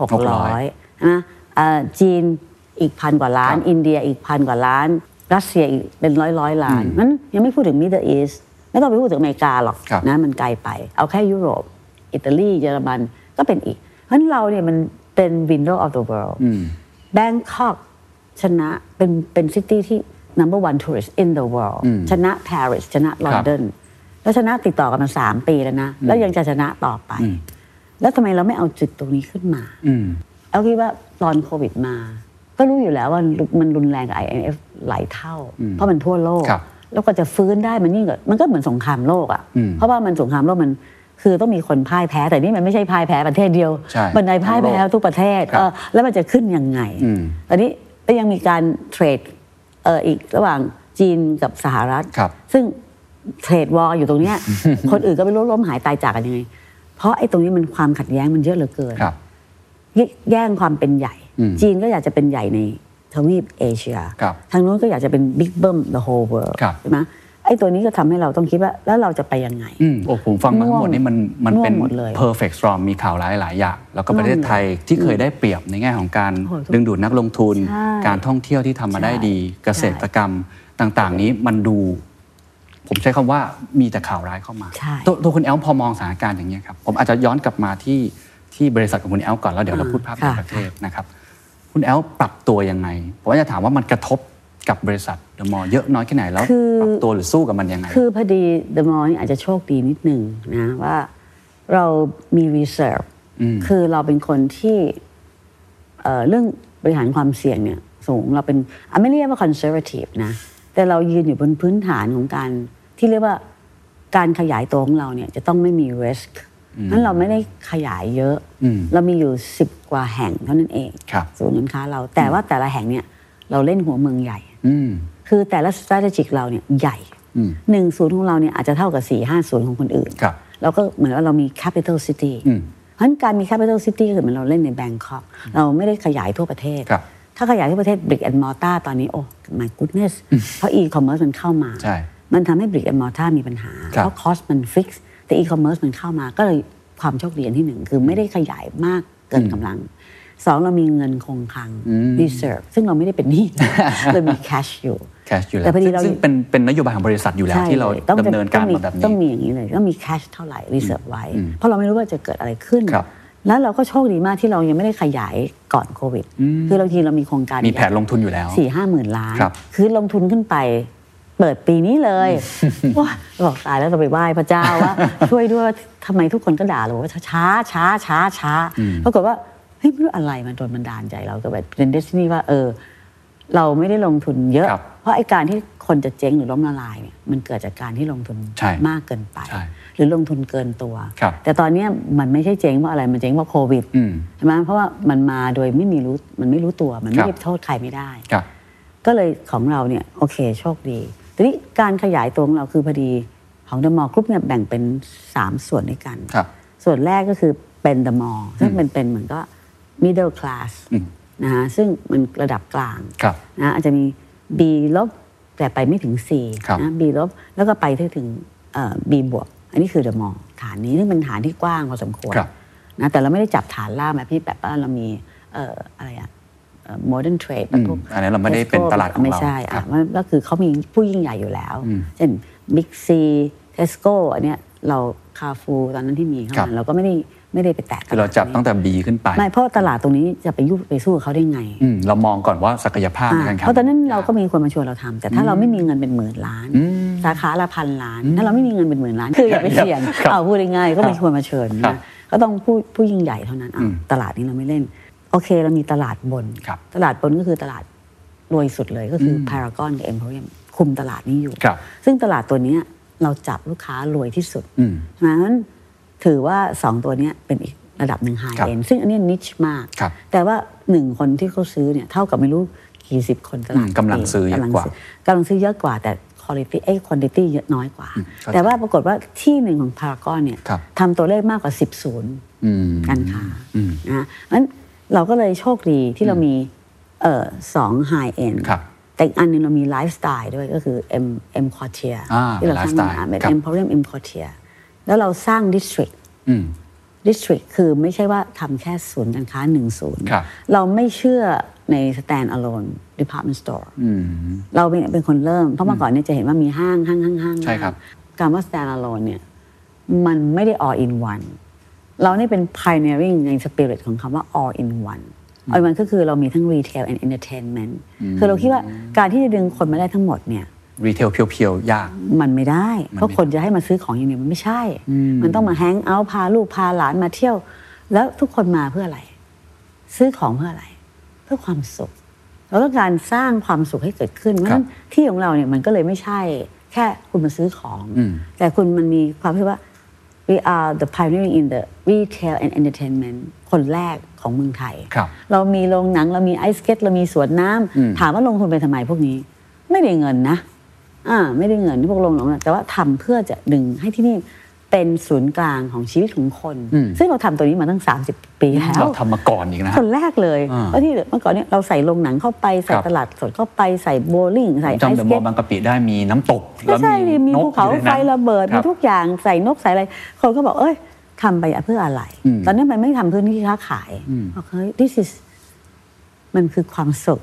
S5: หกร้อย
S3: 600
S5: นะเอ่อจีนอีกพันกว่าล้าน
S3: ครับ
S5: อินเดียอีกพันกว่าล้าน รัสเซียอีกเป็นร้อยร้อยๆล้านมันยังไม่พูดถึงมิดเดิลอีสไม่ต้องไปพูดถึงอเมริกาหรอก
S3: ครับ
S5: นะมันไกลไป เอาแค่ยุโรป อิตาลีเยอรมันก็เป็นอีก เพราะฉะนั้นเราเนี่ยมันเป็น window of the world แบงคอกชนะเป็นเป็นซิตี้ที่ number one tourist in the world ชนะปารีสชนะลอนดอนแล้วชนะติดต่อกันมาสามปีแล้วนะ แล้วยังจะชนะต่อไป แล้วทำไมเราไม่เอาจุดตรงนี้ขึ้นมาเอาคิดว่าตอนโควิดมา ก็รู้อยู่แล้วว่ามันรุนแรงกับ IMF หลายเท่า เพราะมันทั่วโลก
S3: ครับ
S5: แล้วก็จะฟื้นได้มันยิ่งกว่ามันก็เหมือนสงครามโลกอ่ะเพราะว่ามันสงครามโลกมันคือต้องมีคนพ่ายแพ้แต่นี่มันไม่ใช่พ่ายแพ้ประเทศเดียว
S3: ใช่
S5: มันในพ่าย
S3: ทั้ง
S5: แพ้
S3: โลก
S5: ทุกประเทศ
S3: ครับ
S5: เออแล้วมันจะขึ้นยังไง
S3: อืม
S5: อันนี้ก็ยังมีการเทรดเอออีกระหว่างจีนกับสหรัฐ
S3: ครับ
S5: ซึ่งเทรดวอลอยู่ตรงเนี้ย
S3: [laughs]
S5: คนอื่นก็ไม่รู้ล้มหายตายจากกันยังไง เพราะไอ้ตรงนี้มันความขัดแย้งมันเยอะเหลือเกิน
S3: ครับ
S5: แย่งความเป็นใหญ่
S3: อืม
S5: จีนก็อยากจะเป็นใหญ่ในทวีปเอเชีย
S3: ครับ
S5: ทางนู้นก็อยากจะเป็นบิ๊กเบิ้ม the whole world
S3: ครับ
S5: ใช่ไหมไอ้ตัวนี้ก็ทำให้เราต้องคิดว่า แล้วเราจะไปยังไง
S3: อืมโอ้ผมฟังมาทั้งหมดนี่มันมันเป็น
S5: ง่วงหมดเลย
S3: perfect storm มีข่าวร้ายหลายอย่าง แล้วก็ประเทศไทยที่เคยได้เปรียบในแง่ของการ
S5: โอ้โห
S3: ดึงดูดนักลงทุน
S5: ใช่
S3: การท่องเที่ยวที่ทำมา
S5: ใช่
S3: ได้ดี เกษตรกรรมต่างๆ นี้มันดู ผมใช้คำว่ามีแต่ข่าวร้ายเข้ามา
S5: ใช่
S3: ตัวตัวคุณแอลพอมองสถานการณ์อย่างนี้ยครับ ผมอาจจะย้อนกลับมาที่ที่บริษัทของคุณแอลก่อนแล้วเดี๋ยวเราพูดภาพต่างประเทศนะครับ คุณแอลปรับตัวยังไงผมว่าจะถามว่ามันกระทบกับบริษัทเดอะมอลล์เยอะน้อยแค่ไหนแล้ว
S5: คือ
S3: ปรับตัวหรือสู้กับมันยังไง
S5: คือพอดีเดมอนี่อาจจะโชคดีนิดหนึ่งนะว่าเรามี reserve คือเราเป็นคนที่เอ่อเรื่องบริหารความเสี่ยงเนี่ยสูงเราเป็นอ่ะไม่เรียกว่า conservative นะ แต่เรายืนอยู่บนพื้นฐานของการที่เรียกว่าการขยายตัวของเราเนี่ยจะต้องไม่มี risk นั้นเราไม่ได้ขยายเยอะ เรามีอยู่ 10 กว่าแห่งเท่านั้นเอง
S3: ครับ
S5: ศูนย์การค้าเราแต่ว่าแต่ละแห่งเนี่ยเราเล่นหัวเมืองใหญ่
S3: อืม
S5: คือแต่ละ strategic เราเนี่ยใหญ่
S3: อืม
S5: หนึ่งศูนย์ของเราเนี่ยอาจจะเท่ากับ4ี่ห้าศูนย์ของคนอื่น
S3: ครับ
S5: เราก็เหมือนว่าเรามี capital city
S3: อืม
S5: เพราะฉะนั้นการมี capital city ก็คือเหมือนเราเล่นในแบงคอกเราไม่ได้ขยายทั่วประเทศ
S3: ครับ
S5: ถ้าขยายทั่วประเทศ brick and mortar ตอนนี้ โอ้ my goodness เพราะ e-commerce มันเข้ามา
S3: ใช่
S5: มันทำให้ brick and mortar มีปัญหา
S3: ครับ
S5: เพราะ cost มัน fix แต่ e-commerce มันเข้ามาก็เลยความโชคดีอันที่หนึ่งคือไม่ได้ขยายมากเกินกำลังสองเรามีเงินคงคลัง reserve ซึ่งเราไม่ได้เป็น
S3: [laughs]
S5: หนี้ เรามี cash อยู่
S3: แคชอยู่แล้
S5: แต่
S3: ว
S5: พอดี
S3: ซึ่ง
S5: เรา
S3: ซึ่งเป็นเป็นนโยบายของบริษัทอยู่แล้ว
S5: ใช่
S3: ที่เรา
S5: ลยต้อง
S3: ดำเนิน
S5: ต้
S3: การ
S5: อง
S3: มาแบบนี้
S5: ต้องมีอย่างนี้เลยต้องมีแคชเท่าไหร่รีเซิร์ฟไว้ เพราะเราไม่รู้ว่าจะเกิดอะไรขึ้น
S3: ครับ
S5: แล้วเราก็โชคดีมากที่เรายังไม่ได้ขยายก่อนโควิด คือบางทีเรามีโครงการ
S3: มีแผนลงทุนอยู่แล้ว
S5: สี่ห้าหมื่นล้าน
S3: ครับ
S5: คือลงทุนขึ้นไป เปิดปีนี้เลยว่าบอกตายแล้วเราไปไหว้พระเจ้า
S3: [laughs]
S5: ว่า ช่วยด้วยว่าทำไมทุกคนก็ด่าเราว่าช้าช้าช้าช้าปรากฏว่าเฮ้ยไม่รู้อะไรมันโดนบันดาลใจเราก็แบบเป็นเดสตินีว่าเออ เราไม่ได้ลงทุนเยอะ
S3: ครับ
S5: เพราะไอการที่คนจะเจ๊งหรือล้มละลายเนี่ยมันเกิดจากการที่ลงทุน
S3: ใช่
S5: มากเกินไป
S3: ใช่
S5: หรือลงทุนเกินตัว
S3: ครับ
S5: แต่ตอนเนี้ยมันไม่ใช่เจ๊งเพราะอะไรมันเจ๊งเพราะโควิด
S3: อืม
S5: ใช่ไหมเพราะว่ามันมาโดยไม่มีรู้มันไม่รู้ตัวมัน
S3: ครั
S5: ไม่
S3: บ
S5: ได้โทษใครไม่ได้
S3: ครับ
S5: ก็เลยของเราเนี่ยโอเคโชคดีทีนี้การขยายตัวของเราคือพอดีของเดอะมอลล์กรุ๊ปเนี่ยแบ่งเป็น 3 ส่วนด้วยกัน
S3: ครับ
S5: ส่วนแรกก็คือเป็นเดอะมอลล์ซึ่งเป็นเป็นเหมือนก็ middle class นะฮะซึ่งมันระดับกลาง
S3: ครับ
S5: นะอาจจะมี B ลบแต่ไปไม่ถึง C
S3: ครับ
S5: นะ B ลบแล้วก็ไปถึงเอ่อ B บวก อันนี้คือเดอะมอลล์ฐานนี้ซึ่งเป็นฐานที่กว้างพอสมควร
S3: ครับ
S5: นะแต่เราไม่ได้จับฐานล่างแบบที่แบบว่าเรามีเอ่ออะไรอะโมเดิร์นเทรด
S3: อืมอันนั้นเราไม่ได้เป็นตลาดของเรา
S5: ไม่ใช่
S3: ครั
S5: อ่ะ
S3: บ
S5: มันก็คือเขามีผู้ยิ่งใหญ่อยู่แล้ว เช่นบิ๊กซีเทสโก้อันเนี้ยเราคาฟูตอนนั้นที่มีเข้า
S3: ครับ
S5: มาเราก็ไม่ได้ไม่ได้ไปแตะ
S3: คือเราจับตั้งแต่ B ขึ้นไป
S5: ไม่เพราะตลาดตรงนี้จะไปยุ่งไปสู้กับเขาได้ไง
S3: อืมเรามองก่อนว่าศักยภาพใน
S5: อ่า
S3: การแข่งขั
S5: เพราะตอนนั้นเราก็มีคนมาชวนเราทำแต่ถ้าเราไม่มีเงินเป็นหมื่นล้าน สาขาละพันล้าน ถ้าเราไม่มีเงินเป็นหมื่นล้าน คืออย่าไปเสี่ยง
S3: ครับ
S5: เอาพูดง่ายๆก็มีคนมาเชิญ
S3: ครับ
S5: นะก็ต้องผู้ผู้ยิ่งใหญ่เท่านั้นอ่ะตลาดนี้เราไม่เล่น โอเคเรามีตลาดบน
S3: ครับ
S5: ตลาดบนก็คือตลาดรวยสุดเลยก็คือพารากอนกับเอ็มโพเรียมคุมตลาดนี้อยู่
S3: ครับ
S5: ซึ่งตลาดตัวเนี้ยเราจับลูกค้ารวยที่สุด
S3: อืม
S5: เพราะฉะนั้นถือว่า 2 ตัวเนี้ยเป็นอีกระดับหนึ่งไฮ
S3: ครับ
S5: เอ็นซึ่งอันเนี้นิชมาก
S3: ครับ
S5: แต่ว่าหนึ่งคนที่เขาซื้อเนี่ยเท่ากับไม่รู้กี่สิบคนตลาด
S3: อืมกำลังซื้อเยอะกว่าก
S5: ำลังซื้อเยอะกว่าแต่คุณภาพเอ้ยคุณภาพเยอะน้อยกว่า
S3: เข้าใจ
S5: แต่ว่าปรากฏว่าที่หนึ่งของพารากอนเนี่ย
S3: ครับ
S5: ทำตัวเลขมากกว่า 10ศูนย์
S3: อืม
S5: การค้านะงั้นเราก็เลยโชคดีที่เรามีเอ่อสองไฮเอ็น
S3: ครับ
S5: แต่อีกอันหนึงเรามีไลฟ์สไตล์ด้วยก็คือ M M Quartier
S3: อ่า
S5: ที่เราสร้าง
S3: lifestyle
S5: มาเป็น
S3: ครับ
S5: Emporium M Quartier แล้วเราสร้าง District
S3: อืม
S5: district คือไม่ใช่ว่าทำแค่ศูนย์การค้าหนึ่งศูนย์
S3: ครับ
S5: เราไม่เชื่อใน stand alone department store เราเป็นเป็นคนเริ่ม เพราะเมื่อก่อนเนี่ยจะเห็นว่ามีห้างห้างห้างห้าง
S3: ใช่ครับ
S5: การว่า stand alone เนี่ยมันไม่ได้ all in one เรานี่เป็น pioneering ใน spirit ของคำว่า all in one all in one ก็คือเรามีทั้ง retail and entertainment คือเราคิดว่าการที่จะดึงคนมาได้ทั้งหมดเนี่ย
S3: รีเทลเพียวๆ ยาก
S5: มันไม่ได้ เพราะคนจะให้มาซื้อของอย่างเดียวมันไม่ใช่ มันต้องมาแฮงเอาท์พาลูกพาหลานมาเที่ยว แล้วทุกคนมาเพื่ออะไร ซื้อของเพื่ออะไร เพื่อความสุข เราต้องการสร้างความสุขให้เกิดขึ้นเพราะฉะนั้นที่ของเราเนี่ยมันก็เลยไม่ใช่ แค่คุณมาซื้อของ แต่คุณมันมีความที่ว่า we are the pioneering in the retail and entertainment คนแรกของเมืองไทย
S3: ครับ
S5: เรามีโรงหนังเรามีไอสเก็ตเรามีสวนน้ำถามว่าลงทุนไปทำไมพวกนี้ ไม่ได้เงินนะ อ่า ไม่ได้เงินที่พวกลงหนังนะแต่ว่าทำเพื่อจะดึงให้ที่นี่เป็นศูนย์กลางของชีวิตของคน ซึ่งเราทำตัวนี้มาตั้ง 30 ปีแล้ว
S3: เราทำมาก่อนอีก
S5: ค
S3: นะฮะ
S5: นแรกเลย
S3: อ่า
S5: เพราะที่เมื่อก่อนเนี่ยเราใส่โรงหนังเข้าไปใส่
S3: ครับ
S5: ตลาดสดเข้าไปใส่โบว์ลิ่งใส่ไอ
S3: จำเด
S5: ส
S3: อะมอ
S5: เก็
S3: ล
S5: ต
S3: ล์บางกะปิได้มีน้ำตก
S5: ก็ใช่ดิมี
S3: นก
S5: ภูเขา
S3: อยู่ใน
S5: ไฟ
S3: นั้น
S5: ระเบิด
S3: ค
S5: มี
S3: บ
S5: ทุกอย่างใส่นกใส่อะไร คนก็บอกเอ้ยทำไปเพื่ออะไร ตอนนั้นมันไม่ทำพื้นที่ค้าขายบอกเฮ้ย this is มันคือความสุข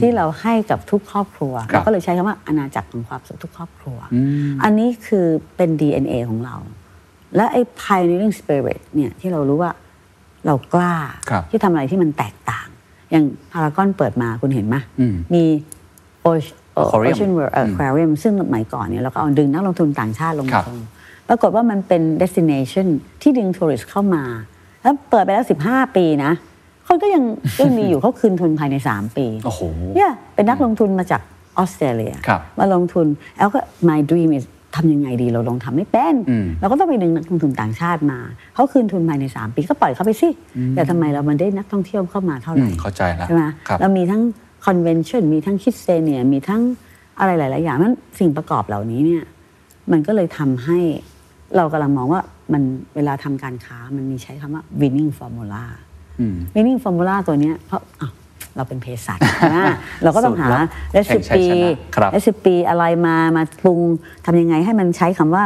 S5: ที่เราให้กับทุกครอบครัว
S3: ครับ
S5: เราก็เลยใช้คำว่าอาณาจักรของความสุขทุกครอบครัว อันนี้คือเป็น DNA ของเรา และไอ้ pioneering spirit เนี่ยที่เรารู้ว่าเรากล้า
S3: ครับ
S5: ที่ทำอะไรที่มันแตกต่าง อย่างพารากอนเปิดมาคุณเห็นไหมมีโอโอ
S3: Aquarium
S5: เชียนเวิร์ดแควเรียมซึ่งสมัยก่อนเนี่ยเราก็เอาดึงนักลงทุนต่างชาติลง
S3: ค
S5: มา
S3: รับ
S5: ลงปรากฏว่ามันเป็น destination ที่ดึงทัวริสเข้ามา แล้วเปิดไปแล้ว 15 ปีนะ คนก็ยัง ยังมีอยู่เขาคืนทุนภายใน 3 ปี
S3: โอ้โห
S5: เนี่ยเป็นนักลงทุนมาจากออสเตรเลีย
S3: ครับ
S5: มาลงทุนแล้วก็ my dream is ทำยังไงดีเราลองทำไม่เป็น
S3: อืม
S5: เราก็ต้องไปดึงนักลงทุนต่างชาติมา เขาคืนทุนภายใน 3 ปีก็ปล่อยเขาไปสิ แต่ทำไมเรามันได้นักท่องเที่ยวเข้ามาเท่าไหร่
S3: อืมเข้าใจแล้ว
S5: ใช่ไหม
S3: ครับ
S5: เรามีทั้ง convention มีทั้งคิดเซเนียมีทั้งอะไรหลาย ๆ อย่างนั้นสิ่งประกอบเหล่านี้เนี่ยมันก็เลยทำให้เรากำลังมองว่ามันเวลาทำการค้ามันมีใช้คำว่า winning formula
S3: อืม
S5: วินนิ่งฟอร์มูลาตัวเนี้ยเพราะอ้าวเราเป็นเภสัช
S3: [laughs]
S5: นะ เราก็ต้องหา
S3: สูตรลับ
S5: เรซิ
S3: แห่งชัย
S5: ปี
S3: ชนะครับ
S5: เรซิปีอะไรมามาปรุงทำยังไงให้มันใช้คำว่า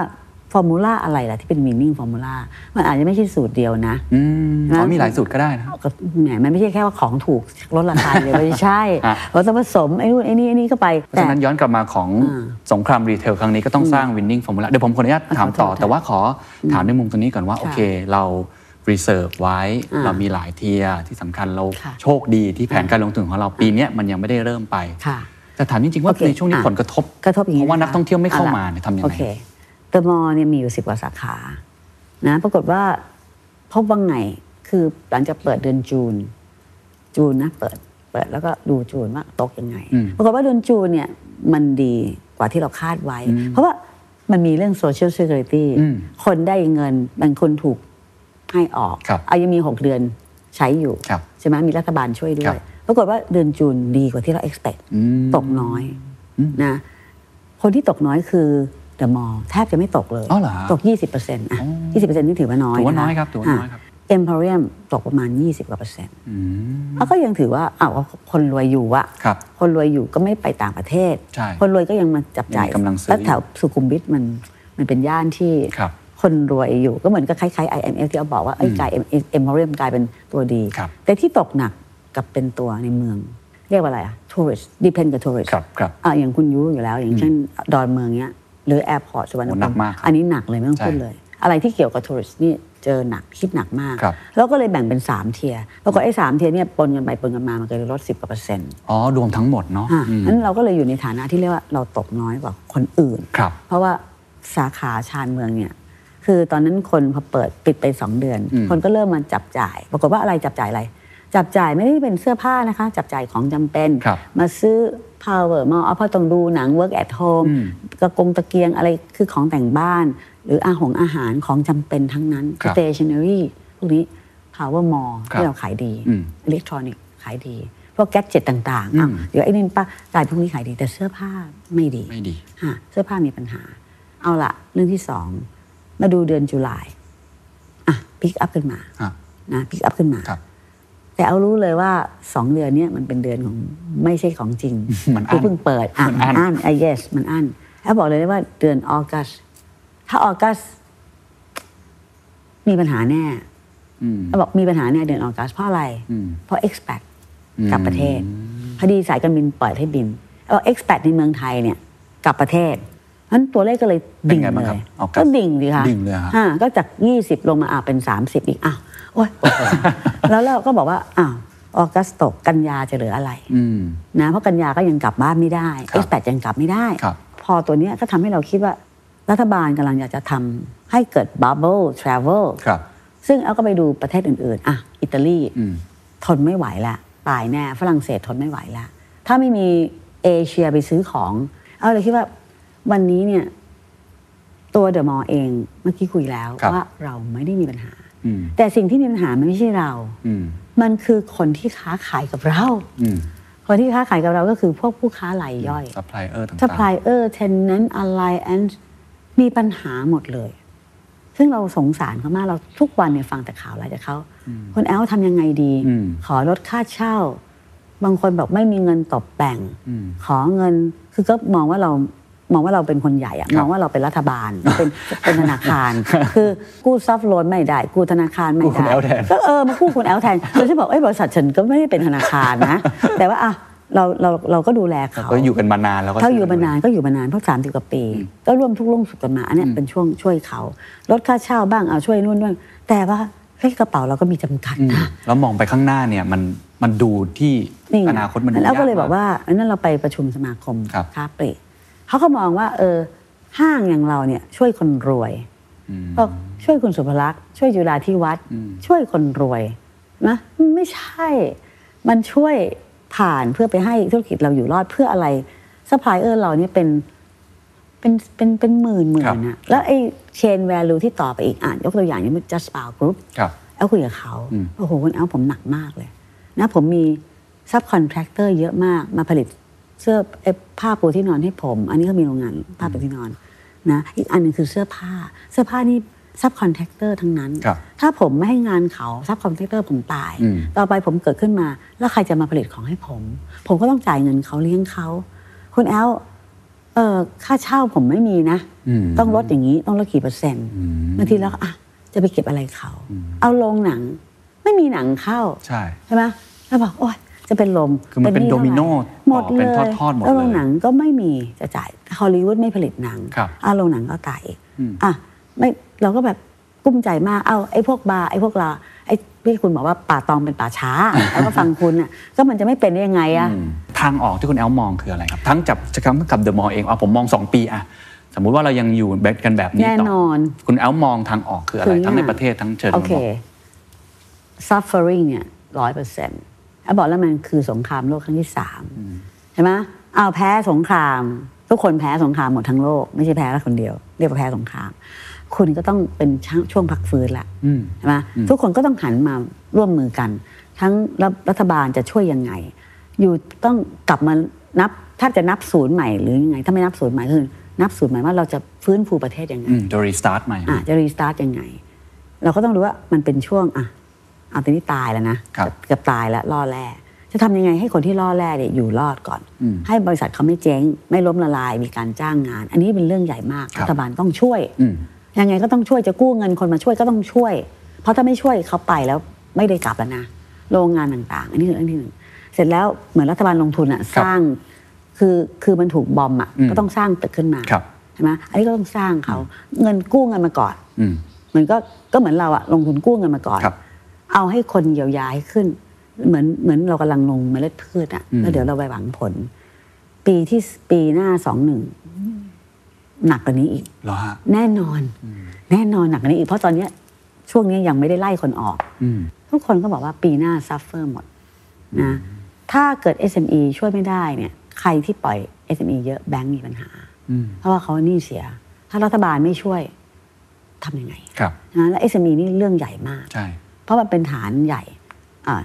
S5: ฟอร์มูลาอะไรล่ะที่เป็นวินนิ่งฟอร์มูลามันอาจจะไม่ใช่สูตรเดียวนะ
S3: อืม
S5: นะ
S3: อ๋อมีหลายสูตรก็ได้นะ
S5: ก็แหมมันไม่ใช่แค่ว่าของถูกลดราคาเดียว [laughs] ไม่ใช่
S3: ฮะ
S5: เราต้องผสมไอ้นู่นไอ้นี่ไอ้นี่เข้าไป
S3: เพราะฉะนั้นย้อนกลับมาของ
S5: อ่า
S3: สงครามรีเทลครั้งนี้ก็ต้องสร้างวินนิ่งฟอร์มูลาเดี๋ยวผมขออนุญาตถามต่อ
S5: ขอโทษค่ะ
S3: แต่ว่าขอถามในมุมตรงนี้ก่อนว่า โอเคเรารีเซิร์ฟไว้
S5: อ่า
S3: เรามีหลายเทียร์ที่สำคัญเรา
S5: ค่ะ
S3: โชคดีที่แผนการลงทุนของเราปีเนี้ยมันยังไม่ได้เริ่มไป
S5: ค่ะ
S3: แต่ถามจริง ๆ ว่า
S5: โอเค
S3: ในช่วงนี้
S5: อ่ะ
S3: ผลกระทบ
S5: กระทบอย่าง
S3: เพ
S5: นี้
S3: ราะว่านัก
S5: ะคะ
S3: ท่องเที่ยวไม่เข้ามา
S5: อล่ะ
S3: เนี่ยทำยัง
S5: โอ
S3: ไง
S5: เคเตอร์มอลล์เนี่ยมีอยู่สิบกว่าสาขา นะ ปรากฏว่าพบว่าไง คือหลังจากเปิดเดือนจูน จูนนะ เปิด เปิดแล้วก็ดูจูนว่าตกยังไง ปรากฏว่าเดือนจูนเนี่ย มันดีกว่าที่เราคาดไว้ เพราะว่ามันมีเรื่องโซเชียล e c ค r i t y
S3: อืม
S5: คนได้เงินบางคนถูกให้ออก
S3: ครับ
S5: อายังมีหกเดือนใช้อยู่
S3: ครับ
S5: ใช่ไหมมีรัฐบาลช่วยด้
S3: ครั
S5: วย
S3: บ
S5: ปรากฏว่าเดือนจูนดีกว่าที่เรา expect
S3: อืม
S5: ตกน้อยนะ คนที่ตกน้อยคือเดอะมอลแทบจะไม่ตกเลย
S3: อ๋อเหรอฮะ
S5: ตก 20%อร์ะ20%นี่ถือว่าน้อ
S3: ถือว่า
S5: ยะ
S3: น้อยครับถือว่าน้อยครับ
S5: เอ็มพอรีมตกประมาณ 20 กว่าเปอร์เซ็นต์
S3: อืม
S5: แล้วก็ยังถือว่าอ้าวคนรวยอยู่อะ
S3: ครับ
S5: นรวยอยู่ก็ไม่ไปต่างประเทศ
S3: ใช่
S5: คนรวยก็ยังมาจับจ่าย
S3: ยังมีกำลังซื้อ
S5: แล้วแถวสุขุมวิทมันมันเป็นย่านที่
S3: ครับ
S5: คนรวยอยู่ก็เหมือนกับคล้ายๆ IMF ที่เขาบอกว่าเอ้ยกลายเอ็มพอรีมกลายเป็นตัวดี
S3: ครับ
S5: แต่ที่ตกหนักกลับเป็นตัวในเมือง เรียกว่าอะไรอะทัวริสต์ดิพเอนกับทัวริส
S3: ครับครับ
S5: อ่ะอย่างคุณยูอยู่แล้ว อย่างเช่นดอนเมืองเนี้ยหรือแอร์พอร์ตสุวรรณ
S3: โอ้
S5: ภู
S3: หนัก
S5: มิ
S3: มากครับ
S5: อันนี้หนักเลยไม่ต้อง
S3: ใช่
S5: พูดเลย อะไรที่เกี่ยวกับทัวริสต์นี่เจอหนักคิดหนักมาก
S3: ครับ
S5: แล้วก็เลยแบ่งเป็น 3 เทียร์ปรากฏไอ้สามเทียร์เนี่ยปนกันไปปนกันมามันก็เลยลด 10กว่าเปอร์เซ็นต์
S3: อ๋อรวมทั้งหมดเนาะ
S5: อ่ะ
S3: อืม
S5: นั้นเราก็เลยอยู่ในฐานะที่เรียกว่าเราตกน้อยกว่าคนอื่น
S3: ครับ
S5: เพราะว่าสาขาชานเมืองเนี่ยคือตอนนั้นคนพอเปิดปิดไป 2 เดือน
S3: อืม
S5: คนก็เริ่มมาจับจ่าย ปรากฏว่าอะไรจับจ่ายอะไร จับจ่ายไม่ได้เป็นเสื้อผ้านะคะ จับจ่ายของจำเป็น
S3: ครับ
S5: มาซื้อ power มาเอาพอต้องดูหนัง work at home กระกงตะเกียงอะไรคือของแต่งบ้าน หรืออาหงอาหารของจำเป็นทั้งนั้น
S3: ครับ
S5: stationery พวกนี้ power mall
S3: ครับ
S5: ที่เราขายดี
S3: อืม
S5: อิเล็กทรอนิกส์ขายดี พวกแก๊เจ็ตต่างๆอ่ะ
S3: อืม
S5: เดี๋ยวไอ้นี่ป้ากลายพวกนี้ขายดีแต่เสื้อผ้าไม่ดี
S3: ไม่ดี
S5: ฮะเสื้อผ้ามีปัญหา เอาละเรื่องที่สอง มาดูเดือนจุลายอ่ะพิกอัพขึ้นมา
S3: ครับ
S5: นะพิกอัพขึ้นมา
S3: ครับ
S5: แต่เอารู้เลยว่าสองเดือนเนี้ยมันเป็นเดือนของไม่ใช่ของจริง
S3: [laughs] มันอั้น
S5: คือเพิ่งเปิดอ่ะ
S3: มัน
S5: มัน
S3: อั้น
S5: อั้นไอ้ yes มันอั้นแล้วบอกเลยว่าเดือนออกัส ถ้าออกัส มีปัญหาแน่ เราบอกมีปัญหาเนี่ยเดินออกจากเพราะอะไร เพราะ expat กลับประเทศ พอดีสายการบินปล่อยให้บินเรา expat ในเมืองไทยเนี่ยกลับประเทศนั้นตัวเลขก็เลยดิ่ง
S3: เป็นไงบ้าง
S5: เล
S3: ครับ
S5: ย
S3: ออกกัส
S5: ก็ดิ่งดีค่ะ
S3: ดิ่งเลยเหรอฮะ
S5: อ่าก็จาก 20 ลงมาอ่าเป็น 30 อีกอ้าวโอ๊ย
S3: [laughs]
S5: โอเคแล้วเราก็บอกว่าอ้าวออกัสตกกันยาจะเหลืออะไร
S3: อืม
S5: นะเพราะกันยาก็ยังกลับบ้านไม่ได้
S3: ครั
S5: เอ็
S3: บ
S5: กซ์แปดยังกลับไม่ได้
S3: ครับ
S5: พอตัวเนี้ยก็ทำให้เราคิดว่ารัฐบาลกำลังอยากจะทำให้เกิดบับเบิลทราเวล
S3: ครับ
S5: ซึ่งเอาก็ไปดูประเทศอื่น ๆ อ่ะ อิตาลี
S3: อืม
S5: ทนไม่ไหวละตายแน่ฝรั่งเศสทนไม่ไหวละถ้าไม่มีเอเชียไปซื้อของ เอาเลยคิดว่าวันนี้เนี่ย ตัวเดอะมอลเองเมื่อกี้คุยแล้ว
S3: ครับ
S5: ว่าเราไม่ได้มีปัญหา
S3: อืม
S5: แต่สิ่งที่มีปัญหามันไม่ใช่เรา
S3: อืม
S5: มันคือคนที่ค้าขายกับเรา
S3: อืม
S5: คนที่ค้าขายกับเราก็คือพวกผู้ค้ารายย่อย
S3: ซัพพลายเออร์ต่าง
S5: s u p p l i e r tenant alliance มีปัญหาหมดเลย ซึ่งเราสงสารเขามาก เราทุกวันเนี่ยฟังแต่ข่าวอะไรจากเขาคนแอลทำยังไงดี
S3: อืม
S5: ขอลดค่าเช่า บางคนบอกไม่มีเงินตบแต่ง
S3: อืม
S5: ขอเงินคือก็มองว่าเรามองว่าเราเป็นคนใหญ่อะ
S3: ครับ
S5: มองว่าเราเป็นรัฐบาล เป็นเป็นธนา
S3: [laughs]
S5: คาร คือกู้ซับโลนไม่ได้ กู้ธนาคารไม่
S3: กู้คุณ
S5: ได้
S3: แอลแทน
S5: ก็เออมากู้คุณแอลแทน [laughs] เราจะบอกเอ้ยบริษัทฉันก็ไม่ได้เป็นธนาคารนะ แต่ว่าอ่ะเราเราเราก็ดูแลเขา
S3: ก็อยู่กันมานานแล้วก็
S5: ถ้าอยู่มานานก็อยู่มานานเพราะสามสิบกว่าปี ก็ร่วมทุกข์ร่วมสุขกันมาอันเนี้ยเป็นช่วงช่วยเขาลดค่าเช่าบ้างเอาช่วยนู่นด้วยแต่ว่าเฮ้ยกระเป๋าเราก็มีจำกัด
S3: อืม
S5: นะ
S3: แล้วมองไปข้างหน้าเนี่ยมันมันดูที่
S5: นี่ไง
S3: อนาคตมันดู
S5: แล้วก็เลย
S3: ม
S5: บอกว่าอันนั้นเราไปประชุมสมาคม
S3: ครับ
S5: ค้าปลีกเขาก็มองว่า เออ ห้างอย่างเราเนี่ยช่วยคนรวย
S3: อืม
S5: ก็ช่วยคุณสุภลักษณ์ช่วยจุฬาที่วัด
S3: อืม
S5: ช่วยคนรวยนะมันไม่ใช่ มันช่วยผ่านเพื่อไปให้ธุรกิจเราอยู่รอดเพื่ออะไรซัพพลายเออร์เราเนี่ยเป็นเป็นเป็นเป็นหมื่นหมื่นอะแล้วไอ้เชนแวลูที่ต่อไปอีกอ่ะยกตัวอย่างอย่างมัน just p o w group
S3: ครับ
S5: แอลคุยกับเขา
S3: อืม
S5: โอ้โหคุณแอลผมหนักมากเลยนะผมมีซับคอนแทคเตอร์เยอะมากมาผลิตเสื้อเอ่อผ้าปูที่นอนให้ผม อันนี้ก็มีโรงงานผ้าปูที่นอนนะอีกอันหนึ่งคือเสื้อผ้า เสื้อผ้านี่ซับคอนแทคเตอร์ทั้งนั้น
S3: ครับ
S5: ถ้าผมไม่ให้งานเขาซับคอนแทคเตอร์ผมตาย
S3: อืม
S5: ต่อไปผมเกิดขึ้นมา แล้วใครจะมาผลิตของให้ผม ผมก็ต้องจ่ายเงินเขาเลี้ยงเขาคุณแอลเออค่าเช่าผมไม่มีนะ
S3: อืม
S5: ต้องลดอย่างนี้ต้องลดกี่เปอร์เซ็นต์บางทีแล้วก็อ่ะจะไปเก็บอะไรเขา เอาลงหนัง ไม่มีหนังเข้า
S3: ใช่
S5: ใช่ไหมแล้วบอกโอ๊ยจะเป็นลม
S3: คือมันเป็น
S5: ท่าไหร่
S3: โดมิโน่
S5: หมด
S3: ต่อ
S5: เล
S3: เป็
S5: ย
S3: นทอดๆหมด
S5: แล้วโรง
S3: เลย
S5: หนังก็ไม่มีจะจ่ายฮอลลีวูดไม่ผลิตหนัง
S3: ครับ
S5: เอาโรงหนังก็ตายอีก
S3: อืม
S5: อ่ะไม่เราก็แบบกุ้มใจมากเอาไอ้พวกบาร์ไอ้พวกลาไอ้พี่คุณบอกว่าป่าตองเป็นป่า
S3: [laughs]
S5: ช้า แล้วก็ฟังคุณอ่ะก็มันจะไม่เป็นได้ยังไงอ่ะ
S3: อืมทางออกที่คุณแอลมองคืออะไรครับ ทั้งจับจะคำกับเดอะมอลเองเอาผมมอง 2 ปีอะสมมุติว่าเรายังอยู่แบบกันแบบนี้
S5: แน่
S3: ต่
S5: นอน
S3: คุณแอลมองทางออกคืออะไร
S5: คือ
S3: ทั้งใน
S5: เนี่ย
S3: ประเทศทั้งเชิง
S5: โอ
S3: โล
S5: เค
S3: ก
S5: suffering เนี่ยร้อยเปอร์เซ็นต์บอกแล้วมันคือสงครามโลกครั้งที่สามใช่ไหมเอาวแพ้สงคราม ทุกคนแพ้สงครามหมดทั้งโลก ไม่ใช่แพ้แค่คนเดียว เรียกว่าแพ้สงคราม คุณก็ต้องเป็นช่างช่วงพักฟื้นละ
S3: อืม
S5: ใช่ไหมทุกคนก็ต้องหันมาร่วมมือกัน ทั้งรัฐรัฐบาลจะช่วยยังไง อยู่ต้องกลับมานับถ้าจะนับศูนย์ใหม่หรือยังไง ถ้าไม่นับศูนย์ใหม่คือนับศูนย์ใหม่ว่าเราจะฟื้นฟูประเทศยังไง
S3: อืมจะรีสตาร์ทใหม่
S5: อ่ะจะรีสตาร์ทยังไง เราก็ต้องรู้ว่ามันเป็นช่วงอ่ะเอาตอนนี้ตายแล้วนะครับจะเกือบตายแล้วล่อแร่จะทำยังไงให้คนที่ล่อแร่เนี่ยอยู่รอดก่อน
S3: อืม
S5: ให้บริษัทเขาไม่เจ๊ง ไม่ล้มละลายมีการจ้างงาน อันนี้เป็นเรื่องใหญ่มาก
S3: ครับ
S5: รัฐบาลต้องช่วย
S3: อืม
S5: ยังไงก็ต้องช่วยจะกู้เงินคนมาช่วยก็ต้องช่วย เพราะถ้าไม่ช่วยเขาไปแล้วไม่ได้กลับแล้วนะโรงงานต่างๆ อันนี้คือเรื่องที่หนึ่งเสร็จแล้วเหมือนรัฐบาลลงทุนอะสร้างคือคือมันถูกบอมอะ
S3: อืม
S5: ก็ต้องสร้างตึกขึ้นมา
S3: ครับ
S5: ใช่ไหมอันนี้ก็ต้องสร้างเขาเงินกู้เงินมาก่อน
S3: อืม
S5: มันก็ก็เหมือนเราอะลงทุนกู้เงินมาก่อน
S3: ครับ
S5: เอาให้คนเยียวยาให้ขึ้น เหมือนเหมือนเรากำลังลงเมล็ดพืชอะ
S3: อืม
S5: แล้วเดี๋ยวเราไปหวังผล ปีที่ปีหน้าสองหนึ่งหนักกว่านี้อีก
S3: เหรอฮะ
S5: แน่นอน แน่นอนหนักกว่านี้อีกเพราะตอนเนี้ยช่วงเนี้ยยังไม่ได้ไล่คนออก
S3: อืม
S5: ทุกคนก็บอกว่าปีหน้าซัฟเฟอร์หมดนะถ้าเกิด SME ช่วยไม่ได้เนี่ย ใครที่ปล่อย SME เยอะแบงก์มีปัญหา
S3: อืม
S5: เพราะว่าเขาหนี้เสีย ถ้ารัฐบาลไม่ช่วยทำยังไง
S3: ครับ
S5: นะและ SME นี่เรื่องใหญ่มาก
S3: ใช่
S5: เพราะมันเป็นฐานใหญ่อ่า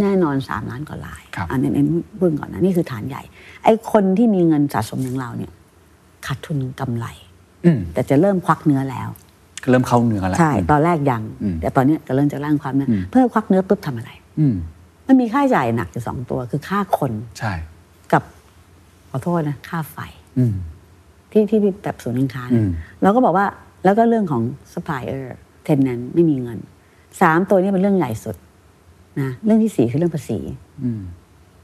S5: แน่นอนสามล้านกว่าลาย
S3: ครับ
S5: อันนี้เป็นพูดก่อนนะ นี่คือฐานใหญ่ ไอ้คนที่มีเงินสะสมอย่างเราเนี่ยขาดทุนกำไร
S3: อืม
S5: แต่จะเริ่มควักเนื้อแล้ว
S3: ก็เริ่มเข้าเนื้อแล้ว
S5: ใช่ ตอนแรกยัง
S3: อืม
S5: แต่ตอนเนี้ยจะเริ่มจะร่างความเนื้ออ
S3: ม
S5: เพื่อควักเนื้อปุ๊บทำอะไร
S3: อืม
S5: มันมีค่าใช้จ่ายหนักอยู่สองตัว คือค่าคน
S3: ใช่
S5: กับขอโทษนะค่าไฟ
S3: อืม
S5: ที่ที่แบบศูนย์การค้าเนี่ย
S3: อืม
S5: เราก็บอกว่าแล้วก็เรื่องของ supplier tenant ไม่มีเงิน สามตัวนี้เป็นเรื่องใหญ่สุดนะเรื่องที่สี่คือเรื่องภาษี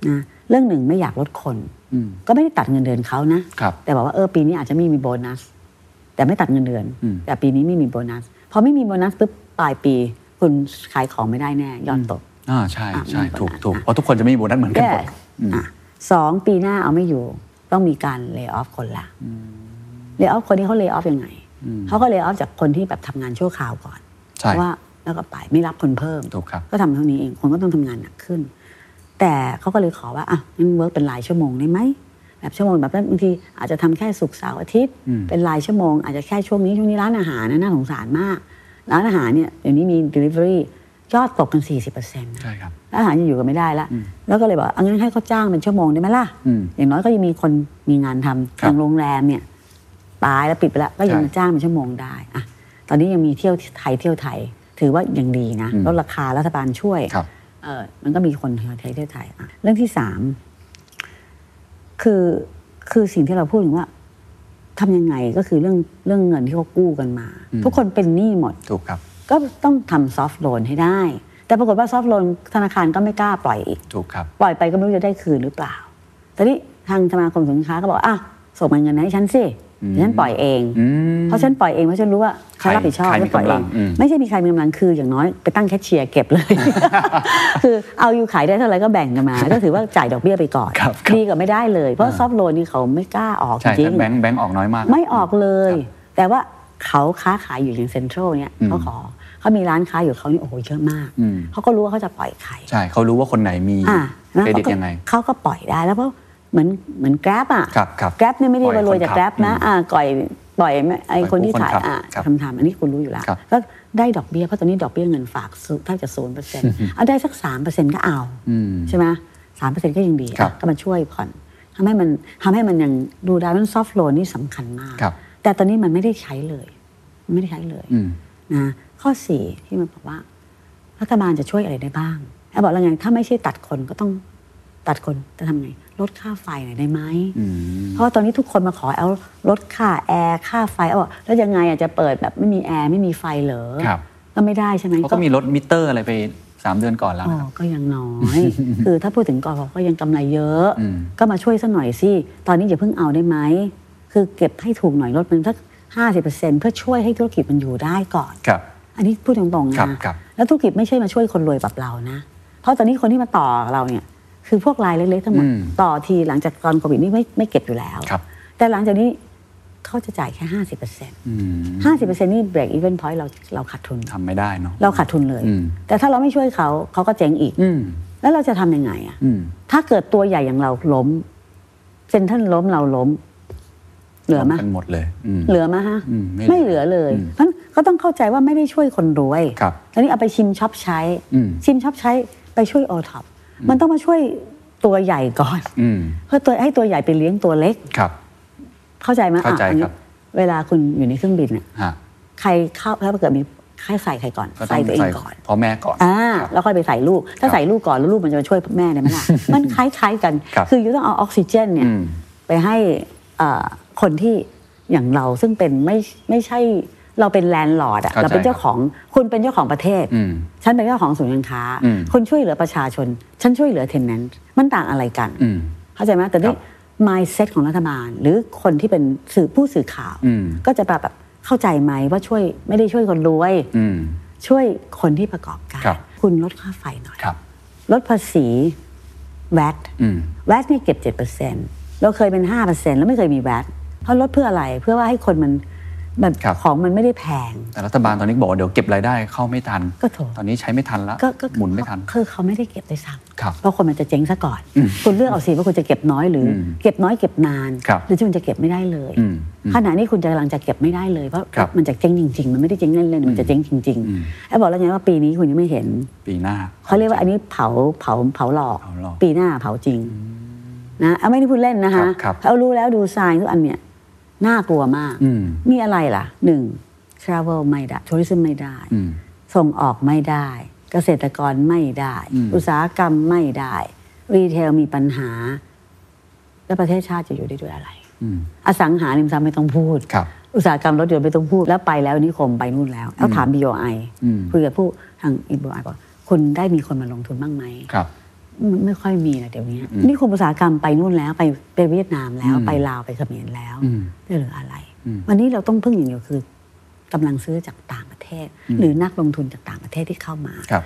S5: นะเรื่องหนึ่งไม่อยากลดคน
S3: อืม
S5: ก็ไม่ได้ตัดเงินเดือนเขานะ
S3: ครับ
S5: แต่บอกว่าเออปีนี้อาจจะไม่มีโบนัส แต่ไม่ตัดเงินเดือน
S3: อืม
S5: แต่ปีนี้ไม่มีโบนัสพอไม่มีโบนัสปุ๊บปลายปี คุณขายของไม่ได้แน่ยอดตก
S3: อ่าใช่
S5: อ่ะ
S3: ใช่
S5: มีโบนัส
S3: ถูกถูก
S5: อ่ะ
S3: เพราะทุกคนจะไม่มีโบนัสเหมือนกันหมด
S5: Yes อ่ะสองปีหน้าเอาไม่อยู่ ต้องมีการเลิกออฟคนละเลิกออฟคนนี้เขาเลิกออฟยังไงเขาก็เลิกออฟจากคนที่แบบทำงานชั่วคราวก่อน
S3: ใช่
S5: เพราะว่าแล้วก็ไปไม่รับคนเพิ่ม
S3: ถูกครับ
S5: ก็ทำเท่านี้เองคนก็ต้องทำงานหนักขึ้น แต่เขาก็เลยขอว่าอ่ะงั้นเวิร์กเป็นรายชั่วโมงได้ไหมแบบชั่วโมงแบบบางทีอาจจะทำแค่สุกร์เสาร์อาทิตย์ เป็นรายชั่วโมง อาจจะแค่ช่วงนี้ช่วงนี้ร้านอาหารนะน่าสงสารมาก ร้านอาหารเนี่ยเดี๋ยวนี้มี delivery ยอดตกกัน40%นะ
S3: ใช่ครับ
S5: ร้านอาหารยังอยู่กันไม่ได้ละแล้วก็เลยบอกเอางั้นให้เขาจ้างเป็นชั่วโมงได้ไหมล่ะ
S3: อืม
S5: อย่างน้อยก็ยังมีคนมีงานทำ
S3: ครับ
S5: ทางโรงแรมเนี่ยตายแล้วปิดไปแล้วก็ยัง
S3: ใช่
S5: จ้างเป็นชั่วโมงได้อะตอนนี้ยังมีเที่ยวไทยเที่ยวไทย ถือว่ายังดีนะ
S3: อืม
S5: ลดราคารัฐบาลช่วย
S3: ครับ
S5: เออมันก็มีคนเที่ยวไทยเที่ยวไทยอ่ะเรื่องที่สามคือคือสิ่งที่เราพูดถึงว่าทำยังไงก็คือเรื่องเรื่องเงินที่เขากู้กันมา ทุกคนเป็นหนี้หมด
S3: ถูกครับ
S5: ก็ต้องทำซอฟท์โลนให้ได้ แต่ปรากฏว่าซอฟท์โลนธนาคารก็ไม่กล้าปล่อยอีก
S3: ถูกครับ
S5: ปล่อยไปก็ไม่รู้จะได้คืนหรือเปล่า ตอนนี้ทางสมาคมสินค้าก็บอกอ่ะส่งเงินให้ฉันสิเดี๋ยวฉันปล่อยเอง
S3: อืม
S5: เพราะฉันปล่อยเองเพราะฉันรู้ว่าฉันรับผิดชอบ
S3: ใครมี
S5: ฉันปล่อยเอก
S3: ำลั
S5: ง
S3: งอืม
S5: ไม่ใช่มีใครมีกำลังคืออย่างน้อยไปตั้งแคชเชียร์เก็บเลย
S3: [laughs]
S5: คือเอาอยู่ขายได้เท่าไหร่ก็แบ่งกันมา ก็ถือว่าจ่ายดอกเบี้ยไปก่อน
S3: ครับครับ
S5: ดีกว่าไม่ได้เลย เพราะซอฟท์โลนนี่เขาไม่กล้าออกจ
S3: ใช่
S5: ริง
S3: ถ้า
S5: ๆ
S3: แบงค์แบงค์ออกน้อยมาก
S5: ไม่ออกเลย แต่ว่าเขาค้าขายอยู่อย่างเซ็นทรัลเนี่ย
S3: อืม
S5: เขาขอเขามีร้านค้าอยู่เขานี่โอ้โหเยอะมาก
S3: อืม
S5: เขาก็รู้ว่าเขาจะปล่อยใคร
S3: ใช่เขารู้ว่าคนไหนมี
S5: อ่าแล้ว
S3: เคร
S5: เขา
S3: ดิต
S5: ก็
S3: ยังไง
S5: เขาก็ปล่อยได้แล้วเพราะเหมือนเหมือนแกร็บอ่ะ
S3: ครับครับ
S5: แกร็บเนี่ยไม่ได้
S3: ปล่อย
S5: ว่ารวยจาก
S3: คนขับ
S5: แกร็บนะอ่าก่อยปล่อยไม่ไอ
S3: ปล่อย
S5: คนที่ถ่าย
S3: ผู้คนขับ
S5: อ่า
S3: ครับ
S5: ทำทำอันนี้คุณรู้อยู่แล้ว
S3: ครับ
S5: แล้วได้ดอกเบี้ยเพราะตอนนี้ดอกเบี้ยเงินฝากสูงแทบจะศูนย์เปอร์เซ็นต์เอาได้สักสามเปอร์เซ็นต์ก็เอา
S3: อืม
S5: ใช่ไหมสามเปอร์เซ็นก็ยังดีอะ
S3: ครับ
S5: ก็มาช่วยผ่อนทำให้มันทำให้มันยังดูได้มันซอฟท์โลนนี่สำคัญมาก
S3: ครับ
S5: แต่ตอนนี้มันไม่ได้ใช้เลยมันไม่ได้ใช้เลย
S3: อืม
S5: นะข้อสี่ที่มันบอกว่า รัฐบาลจะช่วยอะไรได้บ้างแล้วบอกแล้วไงถ้าไม่ใช่ตัดคนก็ต้องตัดคนจะทำไง ลดค่าไฟหน่อยได้ไหม
S3: อืม
S5: เพราะว่าตอนนี้ทุกคนมาขอเอาลดค่าแอร์ค่าไฟเอาบอกแล้วยังไงอาจจะเปิดแบบไม่มีแอร์ไม่มีไฟเหรอ
S3: ครับ
S5: ก็ไม่ได้ใช่ไหม
S3: เขาก็มีลดมิเตอร์อะไรไป 3 เดือนก่อนแล้ว
S5: อ๋อ
S3: นะครับ
S5: ก็ยังน้อย
S3: [laughs]
S5: คือถ้าพูดถึงกอพก็ยังกำไรเยอะ
S3: อืม
S5: ก็มาช่วยสักหน่อยสิ ตอนนี้อย่าเพิ่งเอาได้ไหม คือเก็บให้ถูกหน่อยลดมันสักห้าสิบเปอร์เซ็นเพื่อช่วยให้ธุรกิจมันอยู่ได้ก่อน
S3: ครับ
S5: อันนี้พูดตรงๆ
S3: ครับ
S5: นะครับ แล้วธุรกิจไม่ใช่มาช่วยคนรวยแบบเรานะ เพราะตอนนี้คนที่มาต่อกับเราเนี่ย คือพวกรายเล็กๆทั้งหมด ต่อทีหลังจากตอนโควิดนี่ไม่ไม่เก็บอยู่แล้ว
S3: ครับ
S5: แต่หลังจากนี้เขาจะจ่ายแค่ห้าสิบเปอร์เซ็น
S3: อืม
S5: ห้าสิบเปอร์เซ็นนี่ break even point เราเราขาดทุน
S3: ทำไม่ได้เนาะ
S5: เราขาดทุนเลย
S3: อืม
S5: แต่ถ้าเราไม่ช่วยเขาเขาก็เจ๊งอีก
S3: อืม
S5: แล้วเราจะทำยังไงอะ
S3: อืม
S5: ถ้าเกิดตัวใหญ่อย่างเราล้มเซ็นทรัลล้มเราล้ม เหลือไหม
S3: กันหมดเลยอืม
S5: เหลือไหมฮะ
S3: อืมไม่
S5: ไม่เหลือเลยเพราะฉะนั้นก็ต้องเข้าใจว่าไม่ได้ช่วยคนรวย
S3: ครับ
S5: ตอนนี้เอาไปชิมช็อปใช้
S3: อืม
S5: ชิมช็อปใช้ไปช่วยโอท็อปมันต้องมาช่วยตัวใหญ่ก่อน
S3: อืม
S5: เพื่อตัวให้ตัวใหญ่ไปเลี้ยงตัวเล็ก
S3: ครับ
S5: เข้าใจไหมอ่ะ
S3: เข้าใจ
S5: อันนี้
S3: ครับ
S5: เวลาคุณอยู่ในเครื่องบินเนี่ย
S3: ฮะ
S5: ใครเข้าถ้าเกิดมีใครใส่ใครก่อน
S3: ก็ต้
S5: ใส่
S3: อง
S5: ตัวเอ
S3: ใส่
S5: งก่อน
S3: พ่อแม่ก่อน
S5: อ่าแล้วค่อยไปใส่ลูก ถ้า
S3: ครับ
S5: ใส่ลูกก่อนแล้วลูกมันจะมาช่วยแม่ได้ไหมล่ะ มันคล้ายๆกัน
S3: ครับ
S5: คืออยู่ต้องเอาออกซิเจนเนี่ย
S3: อืม
S5: ไปให้เอ่อคนที่อย่างเราซึ่งเป็นไม่ไม่ใช่เราเป็นแลนด์ลอร์ดอะ
S3: เข้าใจ
S5: เราเป็นเจ้าของคุณเป็นเจ้าของประเทศ
S3: อืม
S5: ฉันเป็นเจ้าของศูนย์การค้า
S3: อืม
S5: คุณช่วยเหลือประชาชน ฉันช่วยเหลือเทนแนนต์มันต่างอะไรกัน
S3: อืม
S5: เข้าใจไหมแต่นี่ mindset ของรัฐบาล หรือคนที่เป็นสื่อผู้สื่อข่าว
S3: อืม
S5: ก็จะแบบเข้าใจไหมว่าช่วยไม่ได้ช่วยคนรวย
S3: อืม
S5: ช่วยคนที่ประกอบการ
S3: ครับ
S5: คุณลดค่าไฟหน่อย
S3: ครับ
S5: ลดภาษีแวด
S3: อืม
S5: แวดเนี่ยเก็บเจ็ดเปอร์เซ็นเราเคยเป็นห้าเปอร์เซ็นแล้วไม่เคยมีแวดเพราะลดเพื่ออะไรเพื่อว่าให้คนมันมัน
S3: ครับ
S5: ของมันไม่ได้แพง
S3: แต่รัฐบาลตอนนี้บอกว่าเดี๋ยวเก็บรายได้เข้าไม่ทัน
S5: ก็ถูก
S3: ตอนนี้ใช้ไม่ทันละ
S5: ก็ก็
S3: หมุนไม่ทัน
S5: คือเขาไม่ได้เก็บด้วยซ้
S3: ครับ
S5: ำเพราะคนมันจะเจ๊งซะก่อน คุณเลือกเอาสิว่าคุณจะเก็บน้อยหรืออ
S3: ม
S5: เก็บน้อยเก็บนาน
S3: ครับ
S5: หรือที่คุณจะเก็บไม่ได้เลย
S3: อืมอืม
S5: ขณะนี้คุณจะกำลังจะเก็บไม่ได้เลยเพราะ
S3: ครับ
S5: มันจะเจ๊งจริงๆ มันไม่ได้เจ๊งเล่นๆมันจะเจ๊งจริง
S3: อืม
S5: ๆไอ้บอกแล้วไงว่าปีนี้คุณยังไม่เห็น
S3: ปีหน้า
S5: เขาเรียกว่าอันนี้เผาเผาเผาหลอก
S3: เผาหลอก
S5: ปีหน้าเผาจริงนะเอาไม่ได้พูดเล่นนะคะ
S3: ครับครับ
S5: เอารู้แล้วดูทรายทุกอันเนี่ยน่ากลัวมาก
S3: อืม
S5: มีอะไรล่ะหนึ่งทราเวลไม่ได้ทัวริซึมไม่ได้
S3: อืม
S5: ส่งออกไม่ได้ เกษตรกรไม่ได้
S3: อืม
S5: อุตสาหกรรมไม่ได้ รีเทลมีปัญหา แล้วประเทศชาติจะอยู่ได้ด้วยอะไร
S3: อืม
S5: อสังหาริมทรัพย์ไม่ต้องพูด
S3: ครับ
S5: อุตสาหกรรมรถยนต์ไม่ต้องพูด แล้วไปแล้วนิคมไปนู่นแล้ว แล้วถาม BOI
S3: อืม
S5: คุยกับผู้ทาง BOI บอกคุณได้มีคนมาลงทุนบ้างไหม
S3: ครับ
S5: มันไม่ค่อยมีนะเดี๋ยวนี้นี่คมอุตสาหกรรมไปนู่นแล้วไปไปเวียดนามแล้ว ไปลาวไปเขมรแล้ว
S3: อืม
S5: ได้เหรืออะไร วันนี้เราต้องพึ่งอย่างเดียวคือกำลังซื้อจากต่างประเทศ หรือนักลงทุนจากต่างประเทศที่เข้ามา
S3: ครับ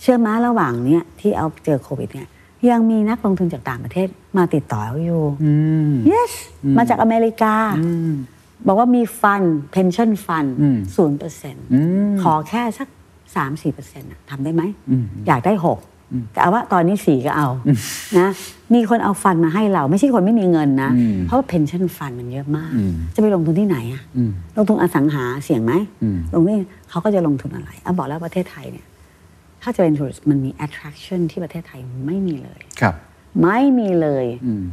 S5: เชื่อมาระหว่างเนี้ยที่เอาเจอโควิดเนี่ยยังมีนักลงทุนจากต่างประเทศมาติดต่อเอาอยู่
S3: อืม
S5: yes มาจากอเมริกา บอกว่ามีฟันเพนชั่นฟันศูนย์เปอร์เซ็นต์ขอแค่สักสามสี่เปอร์เซ็นต์ทำได้ไหม อยากได้หกแต่เอาว่าตอนนี้สี่ก็เอานะมีคนเอาฟันมาให้เรา ไม่ใช่คนไม่มีเงินนะ เพราะว่าเพนชั่นฟันมันเยอะมาก จะไปลงทุนที่ไหนอะลงทุนอสังหาเสี่ยงไหมลงนี่เขาก็จะลงทุนอะไรอ่ะบอกแล้วประเทศไทยเนี่ย ถ้าจะเป็นธุรกิจมันมี attraction ที่ประเทศไทยไม่มีเลย
S3: ครับ
S5: ไม่มีเลย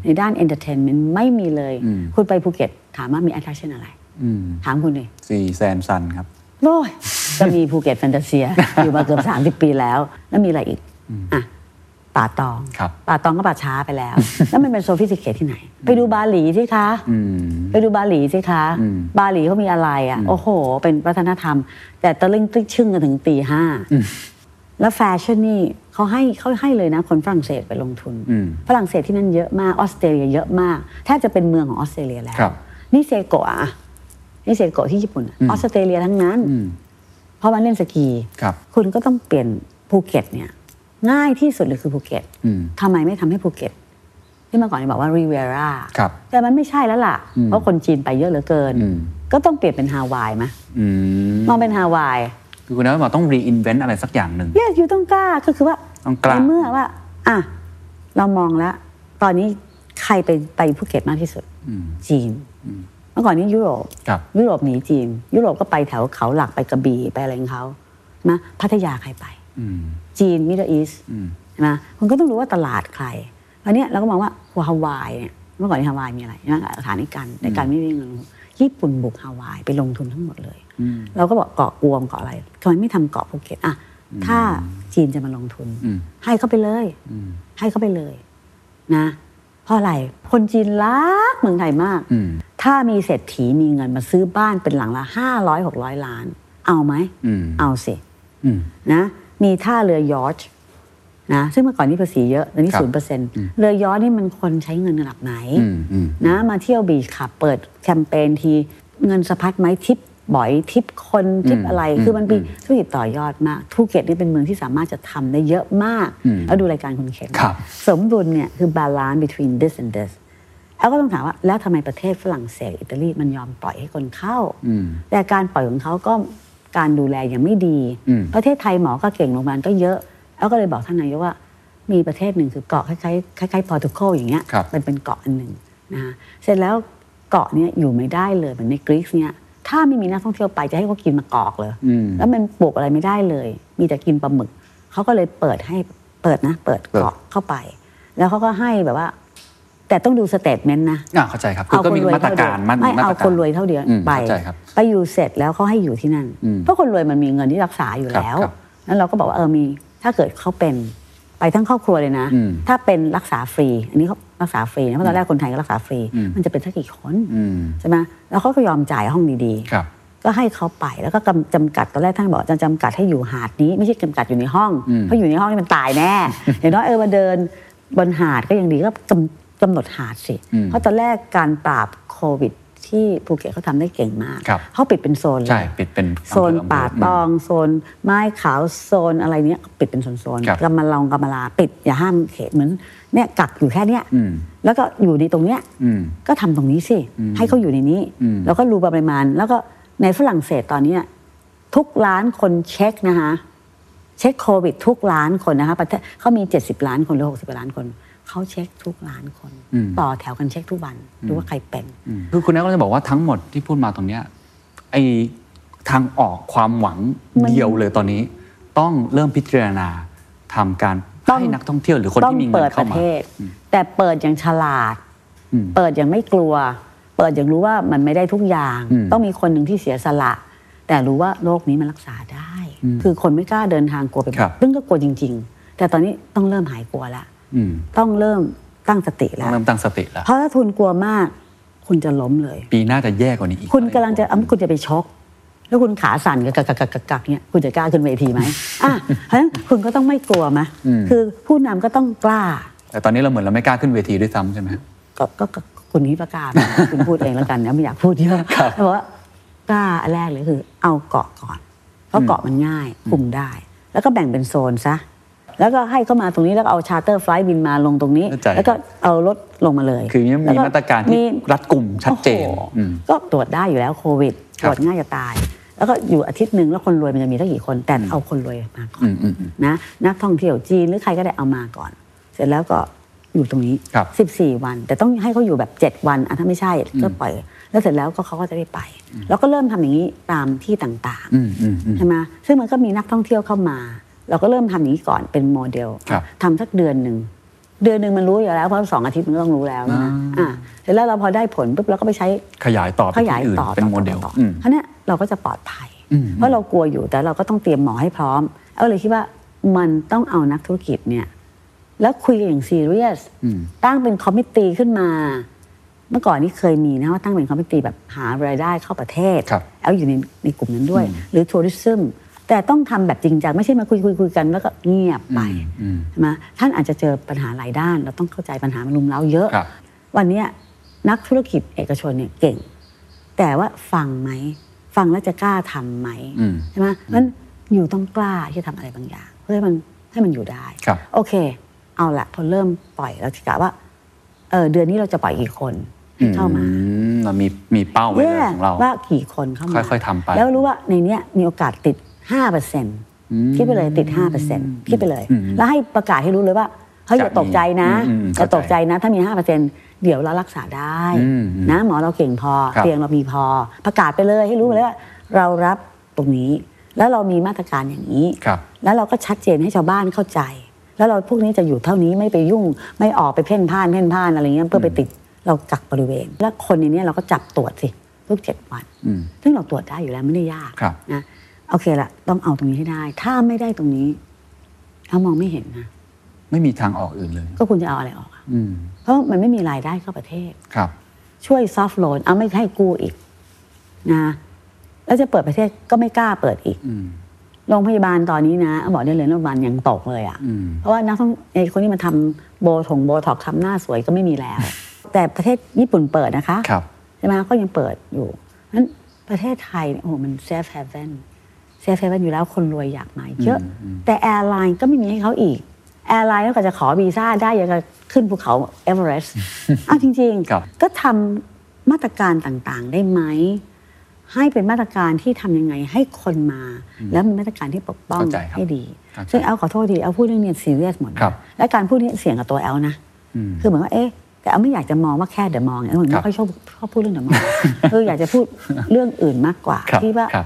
S5: ในด้าน entertainment ไม่มีเลย คุณไปภูเก็ตถามว่ามี attraction อะไร
S3: อืม
S5: ถามคุณเลย
S3: สี่แซนซันครับ
S5: โอ้ย ก็มีภูเก็ตแฟนตาเซีย
S3: [laughs]
S5: อยู่มาเกือบ 30 ปีแล้ว แล้วมีอะไรอีก อ่ะ ป่าตอง
S3: ครับ
S5: ป่าตองก็ป่าช้าไป
S3: [laughs]
S5: แล้ว แล้วมันเป็นโซฟิสติเคทที่ไหน ไปดูบาหลีสิคะ
S3: อืม
S5: ไปดูบาหลีสิคะ บาหลีเขามีอะไรอ่ะ โอ้โห เป็นวัฒนธรรม แต่ตะลึงตึ้งชึ่งกันถึงตีห้า แล้วแฟชั่นนี่เขาให้เขาให้เลยนะ คนฝรั่งเศสไปลงทุน
S3: อืม
S5: ฝรั่งเศสที่นั่นเยอะมากออสเตรเลียเยอะมากแทบจะเป็นเมืองของออสเตรเลียแล้ว
S3: ครับ
S5: นี่เซโกะอะนี่เซโกะที่ญี่ปุ่นอะออสเตรเลียทั้งนั้น
S3: อืม
S5: เพราะมันเล่นสกี
S3: ครับ
S5: คุณก็ต้องเปลี่ยนภูเก็ตเนี่ย ง่ายที่สุดเลยคือภูเก็ต
S3: อืม
S5: ทำไมไม่ทำให้ภูเก็ต ที่เมื่อก่อนเนี่ยบอกว่ารีเวรา
S3: ครับ
S5: แต่มันไม่ใช่แล้วล่ะ เพราะคนจีนไปเยอะเหลือเกิน
S3: อืม
S5: ก็ต้องเปลี่ยนเป็นฮาวายไหม
S3: อืม
S5: มองเป็นฮาวาย
S3: คือคุณน้อยบอกต้องรีอินเวนต์อะไรสักอย่างหนึ่ง
S5: เรียกอยู่ต้องกล้าก็คือว่า
S3: ต้องกล้า
S5: ในเมื่อว่า อ่ะ เรามองแล้ว ตอนนี้ใครไปไปภูเก็ตมากที่สุดจีนเมื่อก่อนนี้ยุโรป
S3: ครับ
S5: ยุโรปหนีจีน ยุโรปก็ไปแถวเขาหลักไปกระบี่ไปอะไรของเขานะพัทยาใครไป
S3: อืม
S5: จีนมิดเดิลอีสต์
S3: อืม
S5: นะมันก็ต้องรู้ว่าตลาดใครอันเนี้ยเราก็มองว่าฮาวายเนี่ยเมื่อก่อนนฮาวายมีอะไรนะสถานในการในการไม่มีเงินลงทุนญี่ปุ่นบุกฮาวายไปลงทุนทั้งหมดเลย เราก็บอกเกาะกวมเกาะอะไรทำไมไม่ทำเกาะภูเก็ตอ่ะถ้าจีนจะมาลงทุน
S3: อืม
S5: ให้เขาไปเลย
S3: อืม
S5: ให้เขาไปเลยนะ เพราะอะไรคนจีนรักเมืองไทยมาก
S3: อืม
S5: ถ้ามีเศรษฐีมีเงินมาซื้อบ้านเป็นหลังละห้าร้อยหกร้อยล้าน เอาไหม
S3: อืม
S5: เอาสิ
S3: อืม
S5: นะ มีท่าเรือยอชท์นะซึ่งเมื่อก่อนนี่ภาษีเยอะตอนนี้
S3: ครับ
S5: ศูนย์เปอร์เซ็นต์เรือยอชท์นี่มันคนใช้เงินระดับไหน
S3: อืมอืม
S5: นะมาเที่ยวบีชค่ะเปิดแคมเปญทีเงินสะพัดไหมทิปบ่อยทิปคนทิปอะไร คือมันมีธุรกิจต่อยอดมากภูเก็ตนี่เป็นเมืองที่สามารถจะทำได้เยอะมาก แล้วดูรายการคุณเข็ม
S3: ครับ
S5: สมดุลเนี่ยคือ balance between this and this แล้วก็ต้องถามว่าแล้วทำไมประเทศฝรั่งเศสอิตาลีมันยอมปล่อยให้คนเข้า
S3: อืม
S5: แต่การปล่อยของเขาก็การดูแลยังไม่ดี
S3: อืม
S5: ประเทศไทยหมอก็เก่งโรงพยาบาลก็เยอะ แล้วก็เลยบอกท่านนายกว่า มีประเทศหนึ่งคือเกาะคล้ายๆคล้ายๆพอร์ตุเกอย่างเงี้ย
S3: ครับ
S5: มันเป็นเกาะอันหนึ่งนะคะเสร็จแล้วเกาะเนี้ยอยู่ไม่ได้เลยเหมือนในกรีซเนี่ยถ้าไม่มีนักท่องเที่ยวไปจะให้เขากินมะกอกเลย
S3: อืม
S5: แล้วมันปลูกอะไรไม่ได้เลย มีแต่กินปลาหมึกเขาก็เลยเปิดให้เปิดนะ เปิดเกาะเข้าไป แล้วเขาก็ให้แบบว่า แต่ต้องดูสเตทเมนต์นะ
S3: อ่าเข้าใจครับ คือก็มีมาตรการ
S5: เอคนวยเท่เดิไม่
S3: มา
S5: เอา
S3: ตรการ
S5: คนรวยเท่าเดียว
S3: อืม
S5: ไป
S3: เข้าใจครับ
S5: ไปอยู่เสร็จแล้วเขาให้อยู่ที่นั่น
S3: อืม
S5: เพราะคนรวยมันมีเงินที่รักษาอยู่แล้ว
S3: ครับ
S5: นั้นเราก็บอกว่าเออมีถ้าเกิดเขาเป็นไปทั้งครอบครัวเลยนะ
S3: อืม
S5: ถ้าเป็นรักษาฟรี อันนี้เขารักษาฟรีนะเพราะตอนแรกคนไทยก็รักษาฟรี
S3: อืม
S5: มันจะเป็นสักกี่คน
S3: อืม
S5: ใช่ไหมแล้วเขาก็ยอมจ่ายห้องดี
S3: ครับ
S5: ๆ ก็ให้เขาไปแล้วก็กำจำกัดตอนแรกท่านบอกจะจำกัดให้อยู่หาดนี้ ไม่ใช่จำกัดอยู่ในห้อง
S3: อืม
S5: เพราะอยู่ในห้องนี่มันตายแน่
S3: [laughs]
S5: อย่างน้อยเออมาเดินบนหาดก็ยังดีก็กำกำหนดหาดสิ เพราะตอนแรกการปราบโควิด ที่ภูเก็ตเขาทำได้เก่งมาก
S3: ครับ
S5: เขาปิดเป็นโซนเลย
S3: ใช่ปิดเป็นอำเภอ
S5: โซนป่าตอง โซนไม้ขาวโซนอะไรเนี้ยปิดเป็นโซน
S3: ครับ
S5: ๆกำมะลองกำมะลาปิดอย่าห้ามเขตเหมือนเนี่ยกักอยู่แค่เนี้ย
S3: อืม
S5: แล้วก็อยู่ในตรงเนี้ย
S3: อืม
S5: ก็ทำตรงนี้สิให้เขาอยู่ในนี้
S3: อืม
S5: แล้วก็รู้ปริมาณ แล้วก็ในฝรั่งเศสตอนเนี้ยทุกล้านคนเช็คนะคะเช็คโควิด ทุกล้านคนนะคะประเทศเขามี 70 ล้านคนหรือ60ล้านคนเขาเช็คทุกล้านคน ต่อแถวกันเช็คทุกวันดูว่าใครเป็น
S3: อืมคือคุณแอ๊ก็จะบอกว่าทั้งหมดที่พูดมาตรงเนี้ยไอทางออกความหวัง
S5: มัน
S3: เดียวเลยตอนนี้ ต้องเริ่มพิจารณาทำการ
S5: ต้อง
S3: ให้นักท่องเที่ยวหรือคน
S5: ต้อง
S3: ที่มีเงิ
S5: เปิ
S3: น
S5: ดป
S3: เข้า
S5: ระ
S3: มา
S5: เทศ แต่เปิดอย่างฉลาด
S3: อืม
S5: เปิดอย่างไม่กลัว เปิดอย่างรู้ว่ามันไม่ได้ทุกอย่าง
S3: อืม
S5: ต้องมีคนหนึ่งที่เสียสละ แต่รู้ว่าโรคนี้มันรักษาได้ คือคนไม่กล้าเดินทางกลัวไป
S3: ครับ
S5: ซึ่งก็กลัวจริง ๆ แต่ตอนนี้ต้องเริ่มหายกลัวละ
S3: อืม
S5: ต้องเริ่มตั้งสติ
S3: ต้
S5: แล้
S3: อง
S5: ว
S3: เริ่มตั้งสติแล้ว
S5: เพราะถ้าทุนกลัวมาก คุณจะล้มเลย
S3: ปีหน้าจะแย่กว่านี้อีก
S5: คุณกำลังจะอ้าคุณจะไปชกแล้วคุณขาสั่นกักกักกักกักกักเนี่ยคุณจะกล้าขึ้นเวทีไหมอ่ะเพราะฉะนั้นคุณก็ต้องไม่กลัวมะคือผู้นำก็ต้องกล้า
S3: แต่ตอนนี้เราเหมือนเราไม่กล้าขึ้นเวทีด้วยซ้ำใช่ไหมฮะ
S5: ก็ก็ก็คุณนี้ประกาศ คุณพูดเองแล้วกันนะไม่อยากพูดเยอะเพราะว่ากล้าอันแรกเลยคือ เอาเกาะก่อน เพราะเกาะมันง่ายคุมได้ แล้วก็แบ่งเป็นโซนซะแล้วก็ให้เข้ามาตรงนี้แล้วก็เอาชาร์เตอร์ไฟล์บินมาลงตรงนี้
S3: เข้าใจ
S5: แล้วก็เอารถลงมาเลย
S3: คือยัง
S5: แล้ว
S3: มีมาตรการที่
S5: มี
S3: รัดกลุ่มชัดเจน
S5: โอ้โห
S3: อืม
S5: ก็ตรวจได้อยู่แล้วโควิด
S3: ค
S5: ต
S3: รับ
S5: รวจง่ายจะตาย แล้วก็อยู่อาทิตย์หนึ่งแล้วคนรวยมันจะมีตั้งกี่คนแต่เอาคนรวยมาก่อน
S3: อืมอืม
S5: นะนักท่องเที่ยวจีนหรือใครก็ได้เอามาก่อน เสร็จแล้วก็อยู่ตรงนี้
S3: ครับ
S5: 14 วัน แต่ต้องให้เขาอยู่แบบ 7 วันอ่ะถ้าไม่ใช่ก็ปล่อยแล้วเสร็จแล้วก็เขาก็จะได้ไป แล้วก็เริ่มทำอย่างนี้ตามที่ต่าง
S3: อืมอืมอืม
S5: ๆใช่ไหมซึ่งมันก็มีนักท่องเที่ยวเข้ามา เราก็เริ่มทำอย่างนี้ก่อนเป็นโมเดล
S3: ครับ
S5: ทำสักเดือนหนึ่ง เดือนหนึ่งมันรู้อยู่แล้วเพราะสองอาทิตย์มันก็ต้องรู้แล้วนะอ่าเสร็จแล้วเราพอได้ผลปุ๊บเราก็ไปใช้
S3: ขยายต่อไป
S5: ข
S3: ที่
S5: ยาย
S3: อื่น
S5: ต่อ
S3: เป็นโมเดล
S5: ต่อต่อ
S3: อืม
S5: เพราะเนี้ยเราก็จะปลอดภัย
S3: อืม
S5: เพราะเรากลัวอยู่แต่เราก็ต้องเตรียมหมอให้พร้อมเอาเลยคิดว่ามันต้องเอานักธุรกิจเนี่ย แล้วคุยกันอย่างซีเรียสตั้งเป็นคอมมิตตีขึ้นมา เมื่อก่อนนี้เคยมีนะว่าตั้งเป็นคอมมิตตีแบบหารายได้เข้าประเทศ
S3: ครับ
S5: เอาอยู่ในในกลุ่มนั้นด้วย หรือทัวริซึมแต่ต้องทำแบบจริงจังไม่ใช่มาคุยคุยคุยกันแล้วก็เงียบไปใช่ไหมท่านอาจจะเจอปัญหาหลายด้าน เราต้องเข้าใจปัญหามันลุมเล้าเยอะ
S3: ครับ
S5: วันเนี้ยนักธุรกิจเอกชนเนี่ยเก่ง แต่ว่าฟังไหม ฟังแล้วจะกล้าทำไหม
S3: อืม
S5: ใช่ไหมนั้นอยู่ต้องกล้าที่จะทำอะไรบางอย่าง เพื่อให้มันให้มันอยู่ได้
S3: ครับ
S5: โอเค เอาละพอเริ่มปล่อยเราจะกะว่าเออเดือนนี้เราจะปล่อยกี่คนให้เข้ามา
S3: อืมเรามีมีเป้าไว้เลย
S5: Yeah
S3: ของเรา
S5: ว่ากี่คนเข้ามา
S3: ค่อยๆทำไป
S5: แล้วรู้ว่าในเนี้ยมีโอกาสติด 5%คิดไปเลยติด 5%คิดไปเลย แล้วให้ประกาศให้รู้เลยว่าเฮ้ยอย่าตกใจนะ
S3: อืมอืม
S5: อย่าตก
S3: เข้าใจ
S5: ใจนะถ้ามี 5%เดี๋ยวเรารักษาได้
S3: อืมอืม
S5: นะหมอเราเก่งพอ
S3: ครับ
S5: เตียงเรามีพอ ประกาศไปเลยให้รู้เลยว่าเรารับตรงนี้ แล้วเรามีมาตรการอย่างนี้
S3: ครับ
S5: แล้วเราก็ชัดเจนให้ชาวบ้านเข้าใจ แล้วเราพวกนี้จะอยู่เท่านี้ไม่ไปยุ่ง ไม่ออกไปเพ่นพ่านเพ่นพ่านอะไรเงี้ยเพื่อไปติดเรากักบริเวณ แล้วคนในเนี้ยเราก็จับตรวจสิทุกเจ็ดวัน
S3: อืม
S5: ซึ่งเราตรวจได้อยู่แล้วไม่ได้ยาก
S3: ครับ
S5: นะโอเคละต้องเอาตรงนี้ให้ได้ ถ้าไม่ได้ตรงนี้ถ้ามองไม่เห็นนะ
S3: ไม่มีทางออกอื่นเลย
S5: ก็คุณจะเอาอะไรออกอะ
S3: อืม
S5: เพราะมันไม่มีรายได้เข้าประเทศ
S3: ครับ
S5: ช่วยซอฟท์โลนเอาไม่ให้กู้อีกนะแล้วจะเปิดประเทศก็ไม่กล้าเปิดอีก
S3: อืม
S5: โรงพยาบาลตอนนี้นะบอกได้เลยโรงพยาบาลยังตกเลยอะ่ะ
S3: อืม
S5: เพราะว่านักท่องไอ้คนที่มาทำโบถงโบท็อกซ์ทำหน้าสวยก็ไม่มีแล้ว แต่ประเทศญี่ปุ่นเปิดนะคะ
S3: ครับ
S5: ใช่ไหมก็ยังเปิดอยู่นั้นประเทศไทยเนี่ยโอ้โหมันเซฟเฮเว่นเซฟเฮเว่นอยู่แล้วคนรวยอยากมาเยอะ แต่แอร์ไลน์ก็ไม่มีให้เขาอีก แอร์ไลน์ก็จะขอวีซ่าได้ยังจะขึ้นภูเขาเอเวอเรสต์อ้าวจริง
S3: ครับ
S5: ๆ ก็ทำมาตรการต่างๆได้ไหม ให้เป็นมาตรการที่ทำยังไงให้คนมา แล้วเป็นมาตรการที่ปกป้อง
S3: เข้าใจครับ
S5: ให้ดี
S3: เข้าใจ
S5: ซึ่งแอลขอโทษทีแอลพูดเรื่องเนี้ยซีเรียสหมดนะครับ และการพูดเนี้เสียงกับตัวแอลนะคือเหมือนว่าเอ๊ะแต่แอลไม่อยากจะมองว่าแค่เดอะมองเนี่ยแอล
S3: ครับ
S5: ไม่ค่อยชอบชอบพูดเรื่องเดอะมอง [laughs] คืออยากจะพูดเรื่องอื่นมากกว่า
S3: ครับ
S5: ที่ว่า
S3: ครับ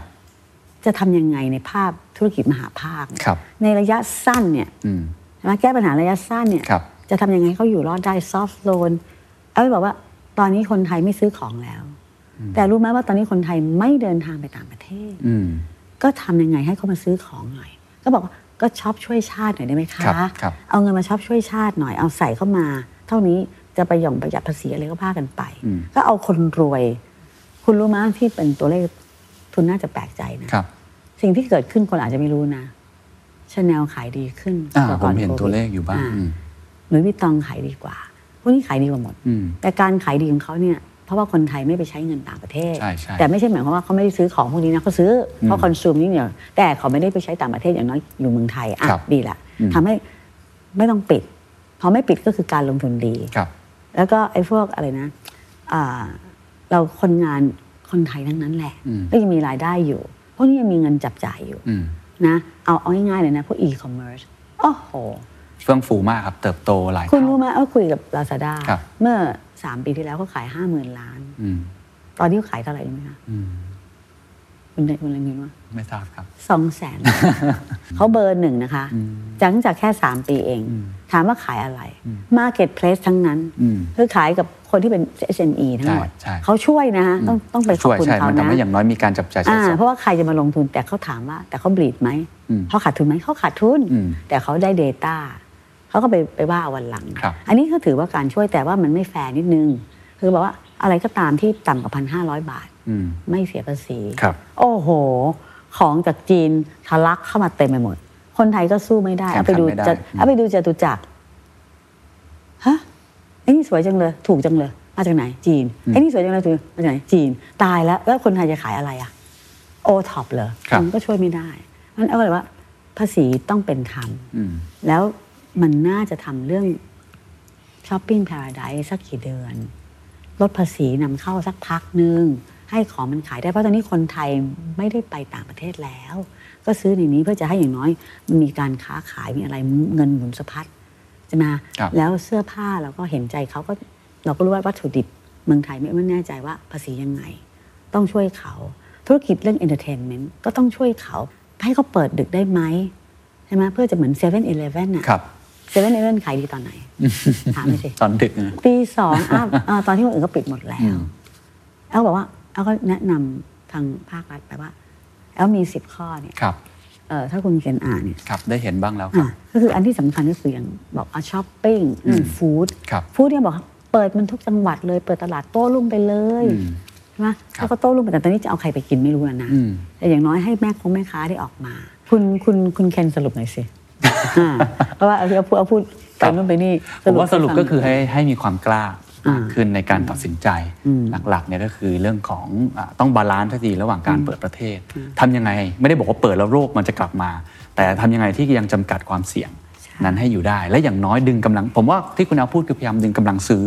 S5: จะทำยังไงในภาพธุรกิจมหาภาค
S3: ครับ
S5: ในระยะสั้นเนี่ย
S3: อืม
S5: ใช่ไหมแก้ปัญหาระยะสั้นเนี่ย
S3: ครับ
S5: จะทำยังไงให้เขาอยู่รอดได้ซอฟต์โลนเอาไปบอกว่าตอนนี้คนไทยไม่ซื้อของแล้ว แต่รู้ไหมว่าตอนนี้คนไทยไม่เดินทางไปต่างประเทศ
S3: อืม
S5: ก็ทำยังไงให้เขามาซื้อของหน่อย ก็บอกว่าก็ช็อปช่วยชาติหน่อยได้ไหมคะ
S3: ครับครับ
S5: เอาเงินมาช็อปช่วยชาติหน่อยเอาใส่เข้ามา เท่านี้จะประหย่อนประหยัดภาษีอะไรก็ว่ากันไป ก็เอาคนรวย คุณรู้ไหมที่เป็นตัวเลขทุนน่าจะแปลกใจนะ
S3: ครับ
S5: สิ่งที่เกิดขึ้นคนอาจจะไม่รู้นะชาแนลขายดีขึ้น
S3: อ่าก
S5: ว่า
S3: ผ
S5: ก่อ
S3: มเห็น
S5: โควิด
S3: ตัวเลขอยู่บ้าง
S5: า
S3: อืม
S5: หรือวิตตองขายดีกว่า พวกนี้ขายดีกว่าหมด
S3: อืม
S5: แต่การขายดีของเขาเนี่ยเพราะว่าคนไทยไม่ไปใช้เงินต่างประเทศ
S3: ใช่ใช่
S5: แต่ไม่ใช่หมายความว่าเขาไม่ได้ซื้อของพวกนี้นะเขาซื้ออเขาคอนซูมนี่เนี่ยแต่เขาไม่ได้ไปใช้ต่างประเทศอย่างน้อยอยู่เมืองไทยอ่ะ
S3: ครับ
S5: ดีละ
S3: อืม
S5: ทำให้ไม่ต้องปิดพอไม่ปิดก็คือการลงทุนดี
S3: ครับ
S5: แล้วก็ไอ้พวกอะไรนะอ่าเราคนงานคนไทยทั้งนั้นแหละ
S3: อืม
S5: ก็ยังมีรายได้อยู่ พวกนี้ยังมีเงินจับจ่ายอยู่
S3: อืม
S5: นะเอาเอาง่ายๆเลยนะพวก e-commerce โอ้โห
S3: เฟื่องฟูมากครับ เติบโตหลาย
S5: คุณ
S3: เท่า
S5: รู้ไหมว่าคุยกับ Lazada
S3: ครับ
S5: เมื่อ 3 ปีที่แล้วเขาขาย 5 0,000 ล้าน
S3: อืม
S5: ตอนนี้เขาขายเท่าไหร่รู้ไหมคะ
S3: อืม
S5: คุณได้คุณอะไรเงินว่า
S3: ไม่ทราบครับ
S5: สองแสน เขาเบอร์หนึ่งนะคะจังจากแค่ 3 ปีเอง ถามว่าขายอะไร Marketplace ทั้งนั้น
S3: อืม
S5: คือขายกับคนที่เป็น SME ทั้งหมด
S3: ใช่ใช่
S5: เขาช่วยนะคะต้องต้องไปขอ
S3: ช่
S5: บ
S3: วย
S5: คุณ
S3: ใช่
S5: เขา
S3: มัน
S5: นะ
S3: ทำให้อย่างน้อยมีการจับจ่ายใช้
S5: อ่า
S3: สอย
S5: เพราะว่าใครจะมาลงทุนแต่เขาถามว่า แต่เขาบลีดไหม
S3: อืม
S5: เขาขาดทุนไหมเขาขาดทุน
S3: อืม
S5: แต่เขาได้ Data เขาก็ไปไปว่าเอาวันหลัง
S3: ครับ
S5: อันนี้ก็ถือว่าการช่วยแต่ว่ามันไม่แฟร์นิดนึง คือบอกว่า อะไรก็ตามที่ต่ำกว่าพันห้าร้อยบาท
S3: อืม
S5: ไม่เสียภาษี
S3: ครับ
S5: โอ้โห ของจากจีนทะลักเข้ามาเต็มไปหมด คนไทยก็สู้ไม่ได้
S3: แข่งขัน
S5: เอาไปดู
S3: ไม่ได้
S5: จะ
S3: อืม
S5: เอาไปดูจตุจักร ฮะ ไอ้นี่สวยจังเลย ถูกจังเลย มาจากไหน จีน ไอ้นี่สวยจังเลยถูกมาจากไหน จีน ตายแล้ว แล้วคนไทยจะขายอะไรอะโอท็อปเหรอ
S3: ครับ
S5: มันก็ช่วยไม่ได้มันเอาเลยว่า ภาษีต้องเป็นธรรม
S3: อืม
S5: แล้วมันน่าจะทำเรื่องช้อปปิ้งพาราไดสักกี่เดือน ลดภาษีนำเข้าสักพักหนึ่งให้ของมันขายได้เพราะตอนนี้คนไทยไม่ได้ไปต่างประเทศแล้ว ก็ซื้อในนี้เพื่อจะให้อย่างน้อย มันมีการค้าขายมีอะไรเงินหมุนสะพัดใช่ไหม
S3: ครับ
S5: แล้วเสื้อผ้าเราก็เห็นใจเขาก็เราก็รู้ว่าวัตถุดิบเมืองไทยไม่ไม่แน่ใจว่าภาษียังไง ต้องช่วยเขา ธุรกิจเรื่องเอนเตอร์เทนเมนต์ก็ต้องช่วยเขา ให้เขาเปิดดึกได้ไหมใช่ไหมเพื่อจะเหมือนเซเว่นอีเลฟเว่นอะ
S3: ครับ
S5: เซเว่นเอเว่นขายดีตอนไหน ถามหน่อยสิ
S3: ตอนดึกนะ
S5: ตีสองอ้าวเอ่อตอนที่คนอื่นก็ปิดหมดแล้
S3: อื
S5: ว
S3: ม
S5: แอลบอกว่าแอลก็แนะนำทางภาครัฐไปว่าแอลมีสิบข้อเนี่ย
S3: ครับ
S5: เอ่อถ้าคุณเขียนอ่านเนี่ย
S3: ครับ ได้เห็นบ้างแล้วครั
S5: อ่ะ
S3: บ
S5: ก็คืออันที่สำคัญก็คืออย่างบอกเอาช้อปปิ้งเรื่องฟู้ด
S3: ครับ
S5: ฟู้ดเนี่ยบอกเปิดมันทุกจังหวัดเลยเปิดตลาดโต้รุ่งไปเลย
S3: อืม
S5: ใช่ไหม
S3: ครับ
S5: แล้วก็โต้รุ่งไปแต่ตอนนี้จะเอาใครไปกินไม่รู้แล้วนะ
S3: อืม
S5: แต่อย่างน้อยให้แม่คงแม่ค้าได้ออกมา คุณคุณคุณเคนสรุปหน่อย
S3: [laughs]
S5: สิ อ่าเพราะว่าเอาที่เอาพูดเอาพูดไปนู่นไปนี่
S3: ผมว่าสรุปก็คือให้ให้มีความกล้า
S5: อ่าม
S3: ากขึ้นในการตัดสินใจ
S5: อืม
S3: หลักๆเนี่ยก็คือเรื่องของอ่าต้องบาลานซ์ให้ดีระหว่างการเปิดประเทศทำยังไงไม่ได้บอกว่าเปิดแล้วโรคมันจะกลับมา แต่ทำยังไงที่ยังจำกัดความเสี่ยง
S5: ใช่
S3: นั้นให้อยู่ได้ และอย่างน้อยดึงกำลัง ผมว่าที่คุณเอาพูดคือพยายามดึงกำลังซื้อ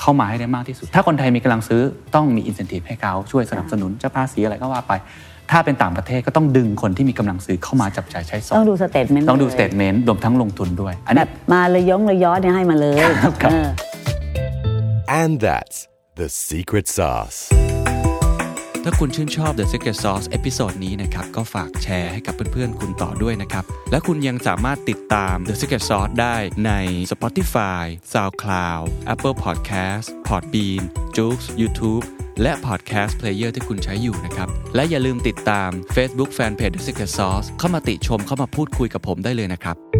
S3: เข้ามาให้ได้มากที่สุด ถ้าคนไทยมีกำลังซื้อต้องมีอินเซนティブให้เขาช่วยสนับสนุนจะภาษีอะไรก็ว่าไป ถ้าเป็นต่างประเทศก็ต้องดึงคนที่มีกำลังซื้อเข้ามาจับจ่ายใช้สอย
S5: ต้องดูสเตทเมนต์
S3: ต้องดูสเตทเมนต์รวมทั้งลงทุนด้วย อัน
S5: แบ
S3: นี้
S5: บมาเลยย้งเลยย้อนเนี่ยให้มาเลย
S3: ครับครับ
S5: เออ
S1: And that's the secret sauce.
S6: ถ้าคุณชื่นชอบ The Secret Sauce เอพิโซดนี้นะครับ ก็ฝากแชร์ให้กับเพื่อนๆ คุณต่อด้วยนะครับ และคุณยังสามารถติดตาม The Secret Sauce ได้ใน Spotify, SoundCloud, Apple Podcast, Podbean, j o o x YouTube และ Podcast Player ที่คุณใช้อยู่นะครับ และอย่าลืมติดตาม Facebook Fanpage The Secret Sauce เข้ามาติชมเข้ามาพูดคุยกับผมได้เลยนะครับ